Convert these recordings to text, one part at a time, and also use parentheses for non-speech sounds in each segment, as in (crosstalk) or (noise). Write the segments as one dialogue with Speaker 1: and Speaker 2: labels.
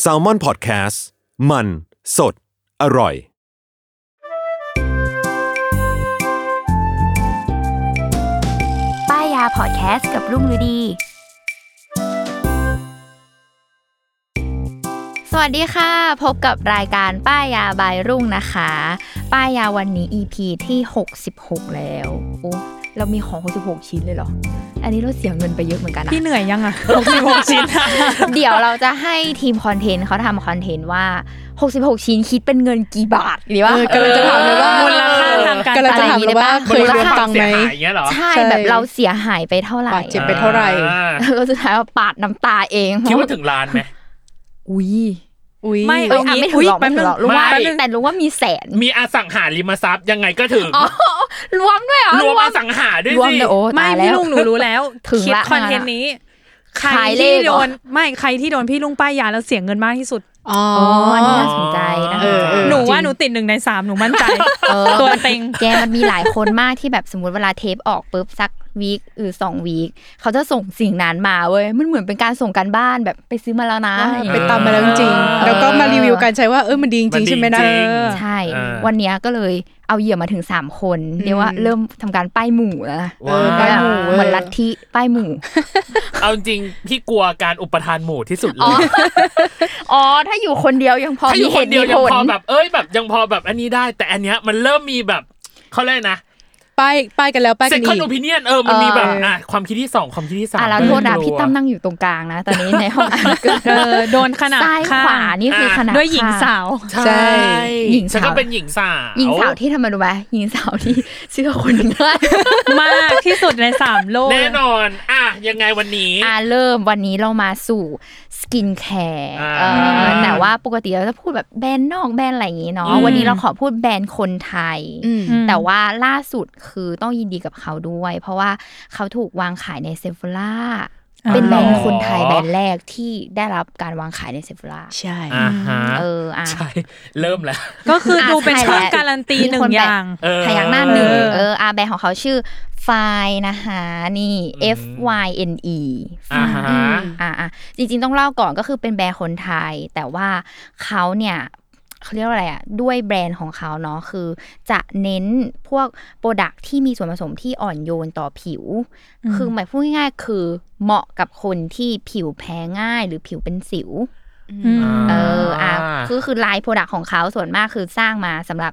Speaker 1: แซลมอนพอดแคสต์มันสดอร่อย
Speaker 2: ป้ายยาพอดแคสต์กับรุ่งฤดี สวัสดีค่ะ พบกับรายการป้ายยาบายรุ่งนะคะ ป้ายยาวันนี้ EP ที่ 66 แล้วโอ้เรามีของ 66 ชิ้นเลยเหรอ อันนี้เราเสียเงินไปเยอะเหมือนกันนะ
Speaker 3: พี่เหนื่อยยังอ่ะ 66 ชิ้น
Speaker 2: (laughs) เดี๋ยวเราจะให้ทีมคอนเทนต์เขาทำคอนเทนต์ว่า 66 ชิ้นคิดเป็นเงินกี่บาทดีวะ
Speaker 3: เออกำลังจะถามเลยว่ามูลค่าทางการ
Speaker 4: กำลังจะถามเลยว่าเคยรวมตังค์ไหม
Speaker 5: เสียหายอย่างเงี้ยเหรอ
Speaker 2: ใช่
Speaker 4: ใช่
Speaker 2: แบบเราเสียหายไปเท่าไหร่
Speaker 4: บาดเจ็บไปเท่าไหร่
Speaker 5: อ่า
Speaker 2: แล้วสุดท้ายเราปาดน้ำตาเอง
Speaker 5: คิดว่าถึงล้านไหม
Speaker 2: อุ้ย
Speaker 4: อุ้ย
Speaker 3: ไม่
Speaker 2: เอออ่ะไม่ถึงหรอกไม่ถึงหรอกรู้ว่า
Speaker 5: แป๊บนึง
Speaker 2: แต่รู้ว่ามีแสน
Speaker 5: มีอสังหาริมทรัพย์ยังไงก็ถึง
Speaker 2: อ๋อรวมด้วยเหรอ
Speaker 5: รวมอสังหาด้วย
Speaker 2: รวม
Speaker 5: สิ
Speaker 2: เดี๋ยวโอ้
Speaker 3: ไม่
Speaker 2: ตายแล้
Speaker 3: พี่
Speaker 2: ว
Speaker 3: ลุงหนูรู้แล้ว
Speaker 2: (laughs) ถึงละ
Speaker 3: คิดคอนเทนต์นี้ ใคร
Speaker 2: ขายเล
Speaker 3: ที่
Speaker 2: ขเหร
Speaker 3: โด
Speaker 2: อ
Speaker 3: นไม่ใครที่โดนพี่ลุงป้ายยาแล้วเสียเงินมากที่สุด
Speaker 4: อ๋อ
Speaker 2: อ๋ออันนี้น่าสนใจนะ
Speaker 5: เอ
Speaker 2: คะ
Speaker 5: อเออ
Speaker 3: หนูว่าหนูติดหนึ่งในสามหนูมั่นใจ
Speaker 2: เออ
Speaker 3: ตัวเต็ง
Speaker 2: แกมันมีหลายคนมากที่แบบสมมติเวลาเทปออกปุ๊บสักวีคหรือสองวีคเขาจะส่งสิ่งนั้นมาเว้ยมันเหมือนเป็นการส่งการบ้านแบบไปซื้อมาแล้วนะ
Speaker 4: อ่า
Speaker 2: อะไรอย่าง
Speaker 4: ไป
Speaker 2: เงี้ย
Speaker 4: ตามมาแล้วจริง
Speaker 5: เออ
Speaker 4: ๆแล้วก็มารีวิวกันใช้ว่าเออมันดีจริงๆใช่ไหมนะ
Speaker 5: นดีจริง
Speaker 2: ใช่
Speaker 5: เออ
Speaker 2: วันเนี้ยก็เลยเอาเหยื่อมาถึง 3 คน เรียกว่าเริ่มทำการป้ายหมู่แล้วนะ
Speaker 4: เออป้ายหมู่เว้ย
Speaker 2: เหมือนลัทธิป้ายหมู่
Speaker 5: เอาจริงพี่กลัวการอุปทานหมู่ที่สุดเล
Speaker 2: อ๋อ
Speaker 5: (laughs) ย
Speaker 2: อ๋อ ถ้าอยู่คนเดียวยังพอ
Speaker 5: ถ้าอ
Speaker 2: มี
Speaker 5: ยู่
Speaker 2: เห
Speaker 5: คน
Speaker 2: ตุ
Speaker 5: เดียว
Speaker 2: มี
Speaker 5: ยั
Speaker 2: ผ
Speaker 5: ง
Speaker 2: ล
Speaker 5: พอแบบเอ้ยแบบยังพอแบบอันนี้ได้ แต่อันเนี้ยมันเริ่มมีแบบเขาเรียกนะ
Speaker 4: ป้ายป้ายกันแล้วป้าย
Speaker 5: เซ็
Speaker 4: กั
Speaker 5: ก
Speaker 4: น
Speaker 5: ค
Speaker 4: อี
Speaker 5: อน
Speaker 4: ก
Speaker 5: โอพิเนียนเออมันมีแบบ
Speaker 4: เอออ่
Speaker 5: อ่ะความคิดที่สองความคิดที่สาม
Speaker 2: อ่ะแล้วโทษนะ
Speaker 5: ไม่รู้
Speaker 2: พี่ตั้มนั่งอยู่ตรงกลางนะ ตอนนี้ในห้องอ่านเกิด
Speaker 3: เออโดนขนาด
Speaker 2: ซ้าย
Speaker 3: ข้าง
Speaker 2: ขวานี่คือขนาด
Speaker 3: ด้วยหญิง
Speaker 2: ข้
Speaker 3: สาว
Speaker 5: ใช่
Speaker 4: ใช่
Speaker 2: หญิงสาว
Speaker 5: ฉันก็เป็นหญิงสาว
Speaker 2: หญิงสาวที่ทำไมรู้ไหมหญิงสาวที่เชื่อคนง่าย
Speaker 3: มากที่สุดในสามโลก
Speaker 5: แน่นอน อ่ะ ยังไงวันนี้
Speaker 2: อ่าเริ่มวันนี้เรามาสู่สกินแคร์
Speaker 5: อ่า
Speaker 2: เออแต่ว่าปกติเราจะพูดแบบแบรนด์นอกแบรนด์อะไรอย่างนี้เนาะ
Speaker 5: อืม
Speaker 2: วันนี้เราขอพูดแบรนด์คนไทย
Speaker 4: อืม
Speaker 2: แต่ว่าล่าสุดคือต้องยินดีกับเขาด้วย เพราะว่าเขาถูกวางขายในเซฟ h ล่า
Speaker 3: อ๋อ
Speaker 2: เป็นแบรนด์คนไทยแบรนด์แรกที่ได้รับการวางขายในเซฟ h ล่า
Speaker 4: ใช่
Speaker 5: อ่าฮะ
Speaker 2: เอออ่ะ
Speaker 5: ใช่เริ่มแล้ว
Speaker 3: ก็คือดู
Speaker 2: อ่ะ
Speaker 3: เป็น
Speaker 2: ใช่
Speaker 3: ช่อง
Speaker 2: แล้ว
Speaker 3: การันตี
Speaker 2: มี
Speaker 3: หนึ่
Speaker 2: คน
Speaker 3: งอ
Speaker 2: แบบ
Speaker 3: ย่าง
Speaker 5: เออ
Speaker 2: พยักหน้าหนึ่ง
Speaker 3: เออ
Speaker 2: เอออาแบรนด์ของเขาชื่อไฟนะคะนี่
Speaker 5: อืม
Speaker 2: F Y N E
Speaker 5: อ่าฮะ
Speaker 2: อ่าอ่ะจริงๆต้องเล่าก่อนก็คือเป็นแบรนด์คนไทย แต่ว่าเขาเนี่ยเขาเรียกว่าอะไรอ่ะด้วยแบรนด์ของเขาเนาะคือจะเน้นพวกโปรดักที่มีส่วนผสมที่อ่อนโยนต่อผิว คือหมายพูดง่ายๆคือเหมาะกับคนที่ผิวแพ้ง่ายหรือผิวเป็นสิว
Speaker 3: ม
Speaker 2: เออ
Speaker 5: อ่า
Speaker 2: อ่ะคือคือไลน์โปรดักของเขาส่วนมากคือสร้างมาสำหรับ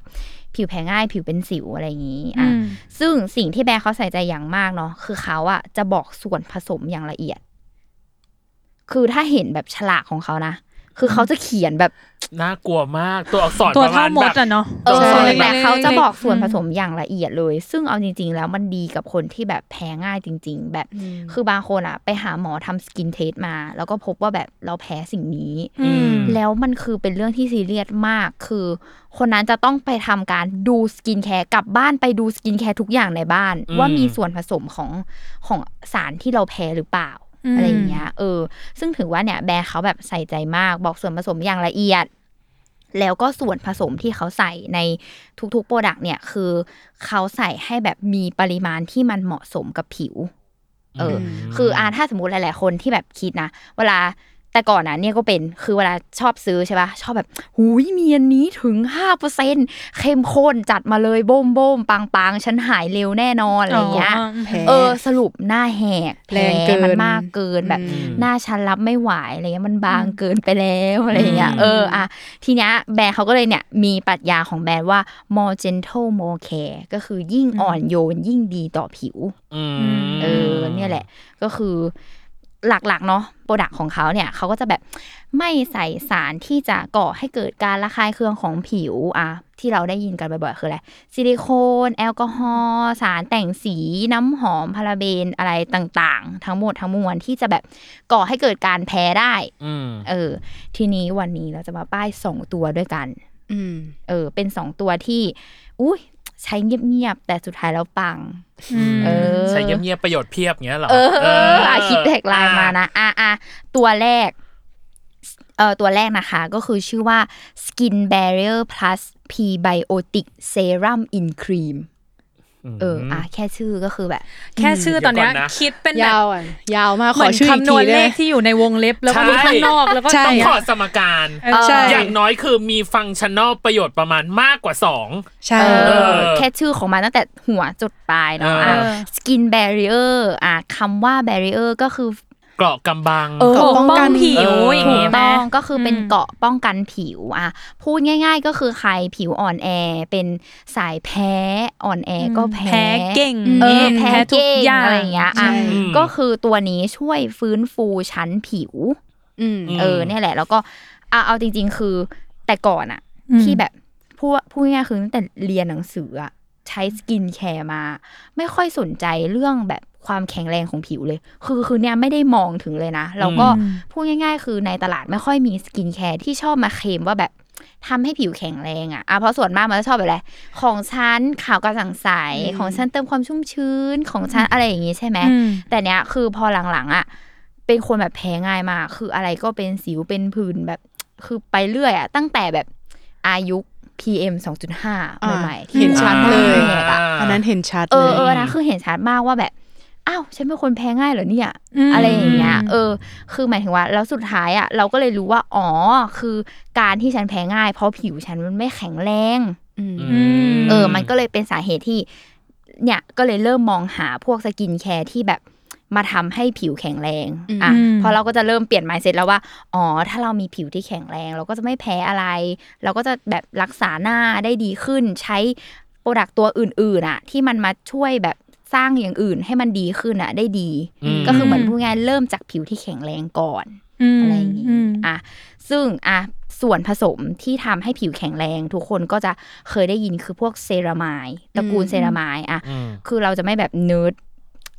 Speaker 2: ผิวแพ้ง่าย ผิวเป็นสิวอะไรอย่างนี้อ่ะ
Speaker 3: อืม
Speaker 2: ซึ่งสิ่งที่แบรนด์เขาใส่ใจอย่างมากเนาะคือเขาอ่ะจะบอกส่วนผสมอย่างละเอียด คือถ้าเห็นแบบฉลากของเขานะ คือเขาจะเขียนแบบ
Speaker 5: น่ากลัวมากตัวอักษร
Speaker 3: ตัว
Speaker 5: ประ
Speaker 3: เท่า
Speaker 5: มาณ
Speaker 3: ม
Speaker 5: แบ
Speaker 3: ด
Speaker 5: บ
Speaker 3: อ่ะเนาะ
Speaker 2: เออ
Speaker 4: ใช่
Speaker 2: แต่เขาจะบอกส่วน
Speaker 3: อืม
Speaker 2: ผสมอย่างละเอียดเลย ซึ่งเอาจริง ๆ แล้วมันดีกับคนที่แบบแพ้ง่ายจริง ๆ แบบ คือบางคนอ่ะ ไปหาหมอทำสกินเทสมา แล้วก็พบว่าแบบเราแพ้สิ่งนี้
Speaker 3: อืม
Speaker 5: อืม
Speaker 2: แล้วมันคือเป็นเรื่องที่ซีเรียสมาก คือคนนั้นจะต้องไปทำการดูสกินแคร์กลับบ้านไปดูสกินแคร์ทุกอย่างในบ้าน
Speaker 5: อืม
Speaker 2: ว่ามีส่วนผสมของของสารที่เราแพ้หรือเปล่า
Speaker 3: อืม
Speaker 2: อะไรอย่างเงี้ย เออ ซึ่งถือว่าเนี่ยแบรนด์เขาแบบใส่ใจมาก บอกส่วนผสมอย่างละเอียด แล้วก็ส่วนผสมที่เขาใส่ในทุกๆโปรดักต์เนี่ยคือเขาใส่ให้แบบมีปริมาณที่มันเหมาะสมกับผิว เออ คืออ่าถ้าสมมติหลาย ๆ คนที่แบบคิดนะ เวลา แต่ก่อนอ่ะเนี่ยก็เป็นคือเวลาชอบซื้อใช่ปะชอบแบบหุยมีอันนี้ถึง5%เปอร์เซ็นเข้มข้นจัดมาเลยโบ้มโบ้มปังปังฉันหายเร็วแน่นอนอะไรอย่างเงี้ย
Speaker 4: แพ้
Speaker 2: เออสรุปหน้าแหกแผล
Speaker 4: แรงเกิน
Speaker 2: มันมากเกินแบบ
Speaker 4: อืม
Speaker 2: หน้าฉันรับไม่ไหวอะไรเงี้ยมันบางเกินไปแล้วอะไรเงี้ยเอออ่ะทีเนี้ยแบรนด์เขาก็เลยเนี่ยมีปรัชญาของแบรนด์ว่า more gentle more care ก็คือยิ่งอ่อนโยนยิ่งดีต่อผิว
Speaker 5: อืม
Speaker 2: เออเนี่ยแหละก็คือหลักๆเนาะโปรดักของเขาเนี่ยเขาก็จะแบบไม่ใส่สารที่จะก่อให้เกิดการระคายเคืองของผิวอะที่เราได้ยินกันบ่อยๆคืออะไรซิลิโคนแอลกอฮอล์สารแต่งสีน้ำหอมพาราเบนอะไรต่างๆ ทั้งหมดทั้งมวลที่จะแบบก่อให้เกิดการแพ้ได้
Speaker 5: อืม
Speaker 2: เออทีนี้วันนี้เราจะมาป้ายสองตัวด้วยกัน
Speaker 4: อืม
Speaker 2: เออเป็นสองตัวที่อุ้ยใช้เงียบๆแต่สุดท้ายแล้วปัง เออ
Speaker 5: ใส่เงียบๆประโยชน์เพียบเงี้ยเหรอ
Speaker 2: เออ
Speaker 5: เอออ่ะ
Speaker 2: ะคิดแท็กไลน์มานะอ่ะอ่ะตัวแรก เอ่อ ตัวแรกนะคะ ก็คือชื่อว่า Skin Barrier Plus Prebiotic Serum in Cream เออ อ่ะ แค่ชื่อก็คือแบบ
Speaker 3: แค่ชื่อตอนเนี้ย
Speaker 5: เดี๋ยวก่อนนะ
Speaker 3: คิดเป็นแบ
Speaker 4: ยา
Speaker 3: บ
Speaker 4: วอ่ะ ยาวมาก ข
Speaker 3: เหมื
Speaker 4: อ
Speaker 3: อน
Speaker 4: ชื่ออีก
Speaker 3: คำน
Speaker 4: ที
Speaker 3: วณ
Speaker 4: ได้
Speaker 3: เล
Speaker 4: ไหม
Speaker 3: ขที่อยู่ในวงเล็บแล้วก็ดูข้างนอกแล้วก็
Speaker 4: ใช่
Speaker 3: ต้อง
Speaker 5: ข
Speaker 3: ข
Speaker 5: อ
Speaker 3: อ
Speaker 5: สมการ
Speaker 3: เออ
Speaker 4: ใช่
Speaker 5: อย่างน้อยคือมีฟังก์ชันนอลประโยชน์ประมาณมากกว่าสอง
Speaker 4: ใช่
Speaker 2: เอ
Speaker 5: เอ
Speaker 2: อ
Speaker 5: อ
Speaker 2: แค่ชื่อของมันตั้งแต่หัวจดปลายเนาะอ่ะ
Speaker 5: เออ
Speaker 2: Skin Barrier อ่ะคำว่า Barrier ก็คือ
Speaker 5: เกราะกำบัง
Speaker 3: ปกป้องผิว
Speaker 5: เอออ
Speaker 3: อย่าง
Speaker 2: ถูก
Speaker 3: เงี้ยไหม
Speaker 2: ต้องก็คือเป็น
Speaker 3: อืม
Speaker 2: เกราะป้องกันผิวอ่ะพูดง่าย ๆ ก็คือใครผิวอ่อนแอ เป็นสายแพ้อ่อนแอก็แพ้
Speaker 3: แพ้เก่ง
Speaker 2: เออแพ้
Speaker 3: ทุ
Speaker 2: เก่
Speaker 3: ก
Speaker 2: ง
Speaker 3: อย่าง
Speaker 2: อะไรอย่างเงี้ยอ่ะ
Speaker 4: ใช่
Speaker 5: อืม
Speaker 2: ก็คือตัวนี้ช่วยฟื้นฟูชั้นผิว
Speaker 4: อืม
Speaker 5: ม
Speaker 2: เออเนี่ยแหละ แล้วก็เอาเอาจริง ๆ คือแต่ก่อนอ่ะ
Speaker 3: อืม
Speaker 2: ที่แบบพูดพูดง่ายๆคือตั้งแต่เรียนหนังสืออะใช้สกินแคร์มา ไม่ค่อยสนใจเรื่องแบบความแข็งแรงของผิวเลย คือคือเนี่ยไม่ได้มองถึงเลยนะแล้วก็พูดง่ายๆ คือในตลาดไม่ค่อยมีสกินแคร์ที่ชอบมาเคลมว่าแบบทำให้ผิวแข็งแรงอะอ่ะเพราะส่วนมากมันจะชอบแบบอะไรของฉันขาวกระจ่างใสของฉันเติมความชุ่มชื้นของฉันอะไรอย่างงี้ใช่ไหม
Speaker 3: อืม
Speaker 2: แต่เนี้ยคือพอหลังๆอ่ะเป็นคนแบบแพ้ง่ายมาก คืออะไรก็เป็นสิวเป็นผื่นแบบ คือไปเรื่อยอ่ะตั้งแต่แบบอายุ PM 2.5
Speaker 4: อ่า
Speaker 2: ใหม่ๆ
Speaker 4: เห็นชัดเลย
Speaker 2: แรกอะ
Speaker 4: อันนั้นเห็นชัด
Speaker 2: เอ
Speaker 4: เล
Speaker 2: อย เออนะคือเห็นชัดมากว่าแบบ อ้าว ฉันเป็นคนแพ้ง่ายเหรอเนี่ย
Speaker 3: อืม
Speaker 2: อะไรอย่างเงี้ยเออ คือหมายถึงว่าแล้วสุดท้ายอ่ะเราก็เลยรู้ว่า อ๋อ คือการที่ฉันแพ้ง่าย เพราะผิวฉันมันไม่แข็งแรง
Speaker 5: อืม
Speaker 2: เออ มันก็เลยเป็นสาเหตุที่ เนี่ย ก็เลยเริ่มมองหาพวกสกินแคร์ที่แบบมาทำให้ผิวแข็งแรง อ่ะ
Speaker 3: อืม
Speaker 2: พอเราก็จะเริ่มเปลี่ยน mindset แล้วว่า อ๋อ ถ้าเรามีผิวที่แข็งแรง เราก็จะไม่แพ้อะไร เราก็จะแบบรักษาหน้าได้ดีขึ้น ใช้โปรดักตัวอื่นๆอ่ะ ที่มันมาช่วยแบบสร้างอย่างอื่นให้มันดีขึ้นอ่ะ ได้ดี
Speaker 5: อืม
Speaker 2: ก็คือเหมือนพูดง่ายๆเริ่มจากผิวที่แข็งแรงก่อน
Speaker 3: ม
Speaker 2: อะไรอย่างนี้
Speaker 3: ม
Speaker 2: อ่ะ ซึ่งอ่ะส่วนผสมที่ทำให้ผิวแข็งแรง ทุกคนก็จะเคยได้ยินคือพวกเซรามายตระกูลเซรามายอ่ะ
Speaker 5: อืม
Speaker 2: คือเราจะไม่แบบเนิร์ด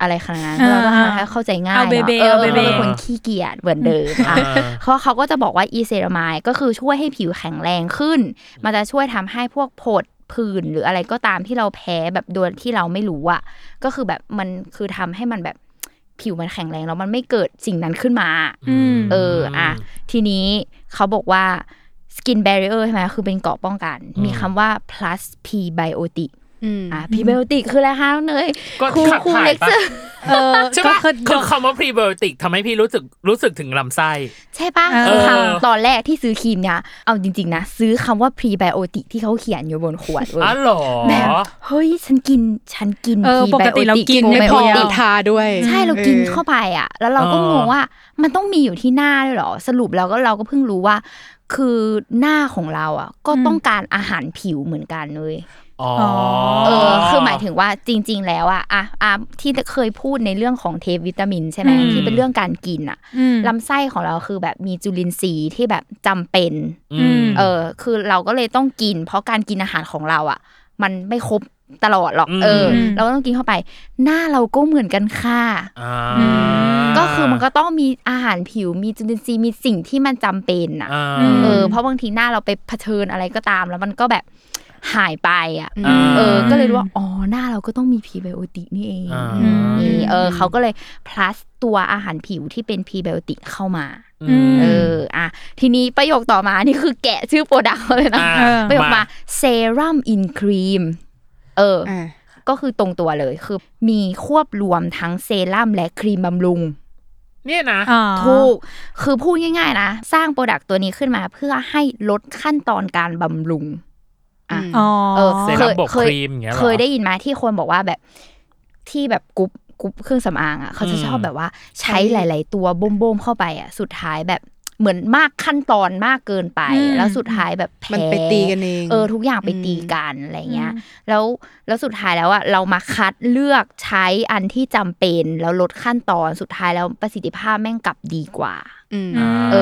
Speaker 2: อะไรขนาดนั้น
Speaker 3: อ่า
Speaker 2: เราต้องทำให้เข้าใจง่าย
Speaker 3: เอาเบเบ
Speaker 2: นะ
Speaker 3: เอาเบเบ
Speaker 2: เป็นคนขี้เกียจเหมือนเดิมอ่ะ
Speaker 5: อ่า
Speaker 2: เขาเขาก็จะบอกว่าอีเซรามายก็คือช่วยให้ผิวแข็งแรงขึ้น มันจะช่วยทำให้พวกผดผื่นหรืออะไรก็ตามที่เราแพ้แบบโดยที่เราไม่รู้อ่ะก็คือแบบมันคือทำให้มันแบบผิวมันแข็งแรงแล้วมันไม่เกิดสิ่งนั้นขึ้นมา
Speaker 3: อืม
Speaker 2: เอออ่ะ ทีนี้เขาบอกว่า skin barrier ใช่ไหมคือเป็นเกราะป้องกัน
Speaker 5: อืม
Speaker 2: มีคำว่า plus prebiotic
Speaker 4: อืม
Speaker 2: อ่ะ prebiotic คืออะไรคะน้องเนย
Speaker 5: ก็
Speaker 2: ครู
Speaker 5: ขับ
Speaker 2: ครู
Speaker 5: ถ่าย
Speaker 2: เล็ก
Speaker 5: ปะ
Speaker 2: เจอร์
Speaker 3: เออ
Speaker 5: ใช่
Speaker 3: ก็
Speaker 5: ปะ
Speaker 3: คือ
Speaker 5: คือคำว่าพรีไบโอติกทำให้พี่รู้สึกรู้สึกถึงลำไส้
Speaker 2: ใช่ปะ
Speaker 3: เอ
Speaker 2: คื
Speaker 3: อ
Speaker 2: อคำตอนแรกที่ซื้อครีมเนี่ย เอาจริง ๆ นะ ซื้อคำว่า prebiotic ที่เขาเขียนอยู่บนขวดเว้
Speaker 5: อ๋อย เหรอ
Speaker 2: แบบเฮ้ย ฉันกิน ฉันกิน
Speaker 3: เออ
Speaker 2: prebiotic
Speaker 3: ปกติเรากิน
Speaker 4: ไม่พอ
Speaker 3: ไม่
Speaker 2: prebiotic
Speaker 3: พอ
Speaker 4: ทาด้วย
Speaker 2: ใช่เรากินเข้าไปอ่ะ แล้วเราก็งงว่ามันต้องมีอยู่ที่หน้าด้วยเหรอ สรุปแล้วก็เราก็เพิ่งรู้ว่า คือหน้าของเราอ่ะ ก็ต้องการอาหารผิวเหมือนกันเลย
Speaker 5: อ๋อ
Speaker 2: เออคือหมายถึงว่าจริง ๆ แล้วอะอะอะที่เคยพูดในเรื่องของเทปวิตามินใช่ไหม
Speaker 3: อืม
Speaker 2: ที่เป็นเรื่องการกินอะ
Speaker 3: อืม
Speaker 2: ลำไส้ของเราคือแบบมีจุลินทรีย์ที่แบบจำเป็น
Speaker 5: อืม
Speaker 2: เออ คือเราก็เลยต้องกิน เพราะการกินอาหารของเราอะมันไม่ครบตลอดหรอก
Speaker 5: อืม
Speaker 2: เออ
Speaker 3: อืม
Speaker 2: เราก็ต้องกินเข้าไป หน้าเราก็เหมือนกันค่ะ
Speaker 5: อ่า
Speaker 2: ก็คือมันก็ต้องมีอาหารผิวมีจุลินทรีย์มีสิ่งที่มันจำเป็นอะ
Speaker 5: อ่า
Speaker 2: เออเพราะบางทีหน้าเราไปเผชิญอะไรก็ตาม แล้วมันก็แบบหายไปอ่ะ
Speaker 5: อ่า
Speaker 2: เออ ก็เลยรู้ว่า อ๋อ หน้าเราก็ต้องมีพรีไบโอติกนี่เอง
Speaker 5: อ่า
Speaker 2: นี่เออเขาก็เลย plus ตัวอาหารผิวที่เป็นพรีไบโอติกเข้ามา
Speaker 5: อืม
Speaker 2: เอออ่ะทีนี้ประโยคต่อมา นี่คือแกะชื่อโปรดักต์เลยนะ
Speaker 5: อ่า
Speaker 2: ประโยคมาเซรั่มอินครีมเอออ
Speaker 4: อ่า
Speaker 2: ก็คือตรงตัวเลยคือมีควบรวมทั้งเซรั่มและครีมบำรุง
Speaker 5: เนี่ยนะ
Speaker 3: อ่า
Speaker 2: ถูก คือพูดง่าย ๆ นะ สร้างโปรดักต์ตัวนี้ขึ้นมาเพื่อให้ลดขั้นตอนการบำรุงอ่ะ
Speaker 3: Mm.
Speaker 4: ม
Speaker 2: เออ
Speaker 5: เซรั่มบวกครีมอย่างเงี้ยเหรอ
Speaker 2: เคยได้ยินไหมาที่คนบอกว่าแบบที่แบบกรุ๊ปกรุ๊ปเครื่องสำอางอ่ะเขาจะ
Speaker 5: อืม
Speaker 2: ชอบแบบว่าใช้หลาย ๆ ตัวบ่มบ่มๆเข้าไปอ่ะสุดท้ายแบบเหมือนมากขั้นตอนมากเกินไป
Speaker 3: อืม
Speaker 2: แล้วสุดท้ายแบบ
Speaker 4: มัน
Speaker 2: แพ้
Speaker 4: ไปตีกันเอง
Speaker 2: เออทุกอย่างไป
Speaker 4: อืม
Speaker 2: ตีกันอะไรเงี้ย แล้วแล้วสุดท้ายแล้วอ่ะเรามาคัดเลือกใช้อันที่จำเป็นแล้วลดขั้นตอนสุดท้ายแล้วประสิทธิภาพแม่งกลับดีกว่า
Speaker 4: อืม
Speaker 2: เอ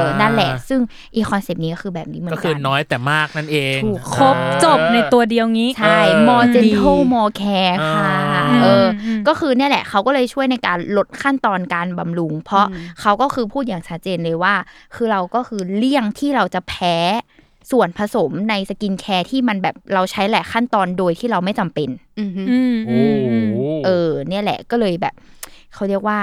Speaker 2: อนั่นแหละ ซึ่งอีคอนเซปต์นี้ก็คือแบบนี้เหมือนกั
Speaker 5: ก็
Speaker 2: น
Speaker 5: คือน้อยแต่มากนั่นเอง
Speaker 2: ถูก
Speaker 3: ครบจบในตัวเดียวงี้
Speaker 2: ใช่
Speaker 5: เออ
Speaker 2: more
Speaker 3: ดี
Speaker 2: gentle more care ค่ะ
Speaker 5: อ่า
Speaker 2: เอออ
Speaker 3: ม
Speaker 2: ก็คือเนี่ยแหละเขาก็เลยช่วยในการลดขั้นตอนการบำรุง เพราะเขาก็คือพูดอย่างชัดเจนเลยว่า คือเราก็คือเลี่ยงที่เราจะแพ้ส่วนผสมในสกินแคร์ที่มันแบบเราใช้หลายขั้นตอนโดยที่เราไม่จำเป็น
Speaker 4: อืมฮึ
Speaker 3: อืม
Speaker 5: โอ้
Speaker 3: อืมอืม
Speaker 5: โห
Speaker 2: เออ เนี่ยแหละก็เลยแบบ เขาเรียกว่า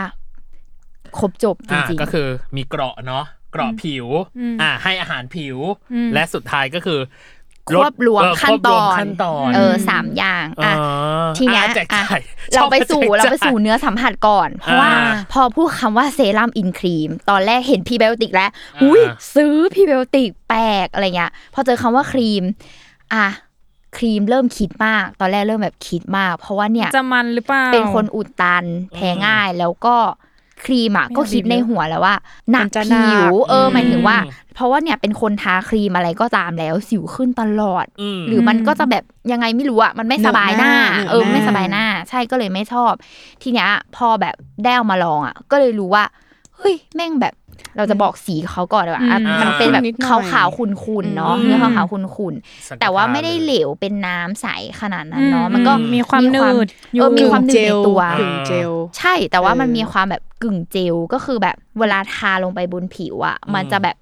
Speaker 2: ครบจบจ
Speaker 5: อ่ะ
Speaker 2: ริง
Speaker 5: ก็คือมีเกราะเนาะเกราะผิว
Speaker 3: อืม
Speaker 5: อ่าให้อาหารผิว
Speaker 3: อืม
Speaker 5: และสุดท้ายก็คือ
Speaker 2: ควบรวม
Speaker 5: เออ
Speaker 2: ขั้นตอน
Speaker 5: ควบรวมขั้นตอน
Speaker 2: ๆ เออสามอย่างอ่ะ
Speaker 5: อ๋อ
Speaker 2: ทีเนี้ย
Speaker 5: อ่ะแจก
Speaker 2: อ่ะ
Speaker 5: จ่ายช
Speaker 2: เรา
Speaker 5: อบ
Speaker 2: ไปสู่
Speaker 5: แจก
Speaker 2: เราไป
Speaker 5: จ่ย
Speaker 2: สู่เนื้อสัมผัสก่อน เพราะว่า
Speaker 5: อ่า
Speaker 2: พอพูดคำว่าเซรั่มอินครีม ตอนแรกเห็นพรีไบโอติกแล้ว อุ้ย
Speaker 5: อ่า
Speaker 2: ซื้อพรีไบโอติกแปลกอะไรเงี้ยพอเจอคำว่าครีม อ่ะครีมเริ่มคิดมาก ตอนแรกเริ่มแบบคิดมาก เพราะว่าเนี่ย
Speaker 3: จะมันหรือเปล่า
Speaker 2: เป็นคนอุดตันแพ้ง่ายแล้วก็ครีมอ่ะ
Speaker 3: ไม่
Speaker 2: ก็คิด
Speaker 3: เอาดี
Speaker 2: ใน
Speaker 3: เลย
Speaker 2: หัวแล้วว่าหนัก
Speaker 4: มันจะหนั
Speaker 2: ผิ
Speaker 4: ก
Speaker 2: วเอออ
Speaker 5: ม
Speaker 2: หมายถึงว่า เพราะว่าเนี่ยเป็นคนทาครีมอะไรก็ตามแล้วสิวขึ้นตลอด
Speaker 5: ม
Speaker 2: หรือมันก็จะแบบยังไงไม่รู้อะมันไม่สบายหน้า
Speaker 4: หนึบหน้า
Speaker 2: เออ
Speaker 4: หนึบหน้า
Speaker 2: ไม่สบายหน้า ใช่ก็เลยไม่ชอบ ทีเนี้ยพอแบบได้เอามาลองอะก็เลยรู้ว่าเฮ้ยแม่งแบบเราจะบอกสีเขาก่อนดีกว่าอ่ะ
Speaker 3: อืม
Speaker 2: มันเป็นแบบ
Speaker 4: นิดหน่
Speaker 2: ขา
Speaker 4: อ
Speaker 2: วย ขาวๆขุ่นๆเนาะ
Speaker 3: อืม
Speaker 2: เนื้อขาวขาวๆขุ่น
Speaker 5: สังก
Speaker 2: ๆ
Speaker 5: ต
Speaker 2: แต่ว่าไม่ได้เหล
Speaker 5: เลย
Speaker 2: วเป็นน้ำใสขนาดนั้
Speaker 3: อื
Speaker 2: น
Speaker 3: ม
Speaker 2: เนาะมันก็
Speaker 3: มีความหนืดอ
Speaker 2: เอยู่ อมีความหนืดในตัว
Speaker 4: กึ่งเจล
Speaker 2: ใช่แต่ว่ามัน
Speaker 4: เออ
Speaker 2: มีความแบบกึ่งเจลก็คือแบบเวลาทาลงไปบนผิวอะมันจะแบบ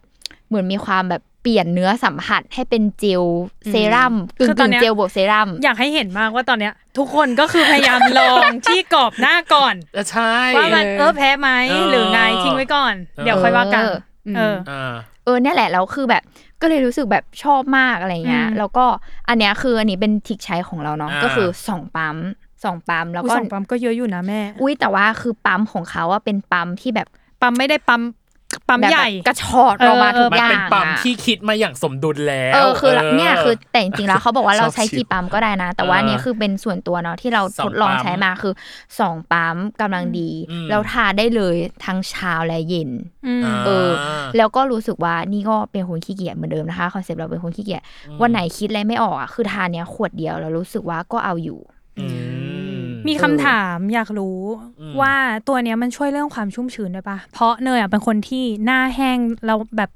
Speaker 2: เหมือนมีความแบบเปลี่ยนเนื้อสัมผัสให้เป็นเจลเซรั่มกึ่
Speaker 3: คือตอน
Speaker 2: ง
Speaker 3: เนี้
Speaker 2: ๆ
Speaker 3: ย
Speaker 2: เจลบวกเซรั่ม
Speaker 3: อยากให้เห็นมากว่าตอนเนี้ย ทุกคนก็คือพยายามลองที่กรอบหน้าก่อน
Speaker 5: ใช่
Speaker 3: ว่ามันเออแพ้ไหม
Speaker 5: เออ
Speaker 3: หรือไงทิ้งไว้ก่อน
Speaker 5: เออ
Speaker 3: เดี๋ยวค่อยว่ากัน เออ
Speaker 5: อ่า
Speaker 2: เออเนี่ยแหละแล้วคือแบบก็เลยรู้สึกแบบชอบมากอะไรเงี้ย
Speaker 3: อืม
Speaker 2: แล้วก็อันเนี้ยคืออันนี้เป็นทริกใช้ของเราเนาะ
Speaker 5: อ่า
Speaker 2: ก็คือสองปั๊มสองปั๊มแล้ว
Speaker 3: อุ๊ย
Speaker 2: ก็
Speaker 3: สองปั๊มก็เยอะอยู่นะแม่
Speaker 2: อุ้ยแต่ว่าคือปั๊มของเขาอะเป็นปั๊มที่แบบ
Speaker 3: ปั๊มไม่ได้ปั๊มปั๊ม
Speaker 2: แบบ
Speaker 3: ใหญ่
Speaker 2: กระชอดออกมา
Speaker 3: เออ
Speaker 2: ทุก
Speaker 5: มัน
Speaker 2: อย่า
Speaker 5: เป็น
Speaker 2: ง
Speaker 5: ปั๊ม
Speaker 2: อะ
Speaker 5: ที่คิดมาอย่างสมดุลแล้ว
Speaker 2: เออคือเนี่ยคือแต่จริงๆแล้วเขาบอกว่าเราใช้
Speaker 5: ชอบชิ
Speaker 2: กี่ปั๊มก็ได้นะ แต่ว่า
Speaker 5: เออ
Speaker 2: เนี่ยคือเป็นส่วนตัวเนาะที่เราทดลอง
Speaker 5: สองปั๊ม
Speaker 2: ใช้มาคือสองปั๊มกำลังดี
Speaker 5: อืม
Speaker 2: แล้วทาได้เลยทั้งเช้าและเย็น
Speaker 3: อืม
Speaker 2: เออ
Speaker 5: า
Speaker 2: แล้วก็รู้สึกว่านี่ก็เป็นคนขี้เกียจเหมือนเดิมนะคะคอนเซปต์เราเป็นคนขี้เกียจวันไหนคิดอะไรไม่ออกอ่ะคือทานเนี้ยขวดเดียวแล้วรู้สึกว่าก็เอาอยู่
Speaker 5: อืม
Speaker 3: มีคำถามอยากรู้
Speaker 5: อืม
Speaker 3: ว่าตัวเนี้ยมันช่วยเรื่องความชุ่มชื้นด้วยปะเพราะเนยอ่ะเป็นคนที่หน้าแห้งเราแบบ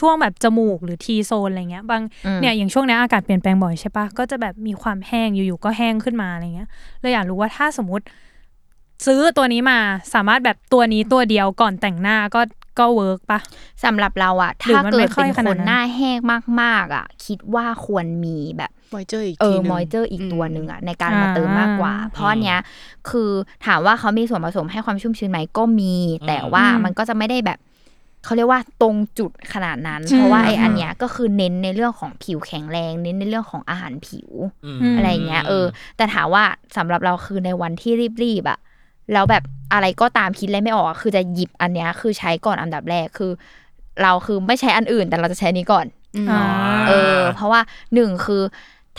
Speaker 3: ช่วงแบบจมูกหรือทีโซนอะไรเงี้ยบาง
Speaker 2: อืม
Speaker 3: เนี่ยอย่างช่วงเนี้ยอากาศเปลี่ยนแปลงบ่อยใช่ปะก็จะแบบมีความแห้งอยู่ๆก็แห้งขึ้นมาอะไรเงี้ยเลยอยากรู้ว่าถ้าสมมติ ซื้อตัวนี้มาสามารถแบบตัวนี้ตัวเดียวก่อนแต่งหน้าก็ก็เวิร์กปะ
Speaker 2: สำหรับเราอ่ะ
Speaker 3: หรือ
Speaker 2: ถ้า
Speaker 3: มัน
Speaker 2: เกิ
Speaker 3: ไม่
Speaker 2: ด
Speaker 3: ค่อ
Speaker 2: เป็
Speaker 3: ย
Speaker 2: นคน
Speaker 3: ขาน ดนั้น
Speaker 2: หน้าแห้งมากๆอ่ะ คิดว่าควรมีแบบ
Speaker 4: มอยเจออีก
Speaker 2: เอ
Speaker 4: ทีห
Speaker 2: อ
Speaker 4: นึง
Speaker 2: มอยเจออีกตัวหนึ่งอ่ะในการ
Speaker 3: อ่าม
Speaker 2: มาเติมมากกว่า เพราะอันเนี้ยคือถามว่าเขามีส่วนผสมให้ความชุ่มชื้นไหมก็มี แต่ว่า
Speaker 3: อืม
Speaker 2: มันก็จะไม่ได้แบบเขาเรียกว่าตรงจุดขนาดนั้น เพราะว่าไอ้อันเนี้ยก็คือเน้นในเรื่องของผิวแข็งแรง เน้นในเรื่องของอาหารผิว
Speaker 3: อืม
Speaker 2: อะไรเงี้ยเออ แต่ถามว่าสำหรับเราคือในวันที่รีบๆอะแล้วแบบอะไรก็ตามคิดอะไรไม่ออกอะคือจะหยิบอันเนี้ยคือใช้ก่อนอันดับแรกคือ เราคือไม่ใช้อันอื่นแต่เราจะใช้อันนี้ก่อน
Speaker 5: อ่า
Speaker 2: เออ เพราะว่าหนึ่งคือ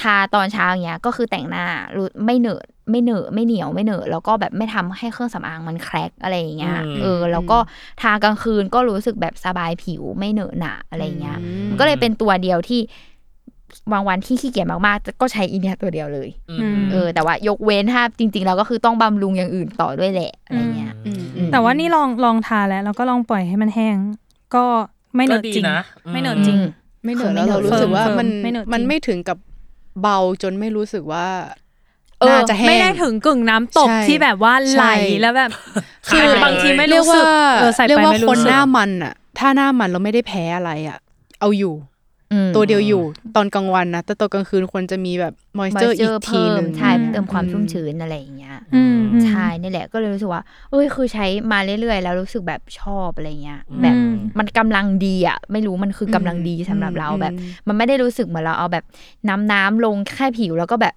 Speaker 2: ทาตอนเช้าอย่างเงี้ยก็คือแต่งหน้ารู้ไม่เหนอะไม่เหนอะไม่เหนียวไม่เหนอะแล้วก็แบบไม่ทำให้เครื่องสำอางมันแครกอะไรอย่างเงี้ย
Speaker 5: อืม
Speaker 2: เออแล้วก็ทากลางคืนก็รู้สึกแบบสบายผิวไม่เหนอะหนะอะไรอย่างเงี้ย
Speaker 4: อืม
Speaker 2: มันก็เลยเป็นตัวเดียวที่บางวันที่ขี้เกียจมากๆ ก็ใช้อีเนียตัวเดียวเลย
Speaker 5: อืม
Speaker 2: เออแต่ว่ายกเว้นถ้าจริงๆเราก็คือต้องบำรุงอย่างอื่นต่อด้วยแหละอะไรเงี้ย
Speaker 4: อืม
Speaker 2: อืม
Speaker 3: แต่ว่านี่ลองลองทาแล้วแล้วก็ลองปล่อยให้มันแห้ง ก็ไม่เหน
Speaker 5: ก็
Speaker 3: อะ
Speaker 5: ดี
Speaker 3: จริง
Speaker 5: นะ
Speaker 3: ไม่เหนอะ
Speaker 5: อืม
Speaker 3: จริง
Speaker 2: อืม
Speaker 4: ไม่เหน
Speaker 2: คือ
Speaker 4: อะ
Speaker 2: ไม่
Speaker 4: แล้วเรา
Speaker 2: เหนอะ
Speaker 4: รู้สึกว่ามัน
Speaker 3: เฟิร์มเฟิร์มไม่
Speaker 4: มัน
Speaker 3: เหนอะจริง
Speaker 4: ไม่ถึงกับเบาจนไม่รู้สึกว่า
Speaker 2: เออ
Speaker 4: น่าจะแห้ง
Speaker 3: ไม่ได้ถึงกึ่งน้ำตก
Speaker 4: ใช่
Speaker 3: ที่แบบว่าไหล
Speaker 4: ใช่
Speaker 3: แล้วแบบ
Speaker 5: คือบางทีไม่
Speaker 4: เรียกว่า
Speaker 3: เออใส่ไป
Speaker 4: เรียกว่า
Speaker 3: ไม่รู้
Speaker 4: คน
Speaker 3: สึก
Speaker 4: หน้ามันอะถ้าหน้ามันเราไม่ได้แพ้อะไรอะเอาอยู่
Speaker 2: อืม
Speaker 4: ตัวเดียวอยู่ตอนกลางวันนะแต่ตอนกลางคืนควรจะมีแบบมอยเจอร์อีก
Speaker 2: moisture
Speaker 4: ที
Speaker 2: เพิ่
Speaker 4: ห
Speaker 2: ม
Speaker 4: นึ่ง
Speaker 2: ใช่เติมความชุ่มชื้นอะไรอย่างเงี้ย
Speaker 3: อืมอืม
Speaker 2: ใช่นี่แหละก็เลยรู้สึกว่าเอ้ยคือใช้มาเรื่อยๆ แล้วรู้สึกแบบชอบอะไรเงี้ย
Speaker 5: อืม
Speaker 2: แบบมันกำลังดีอ่ะไม่รู้มันคือกำลังดีสำหรับเรา
Speaker 4: อืม
Speaker 2: แบบ มันไม่ได้รู้สึกเหมือนเราเอาแบบน้ำน้ำๆลงแค่ผิวแล้วก็แบบ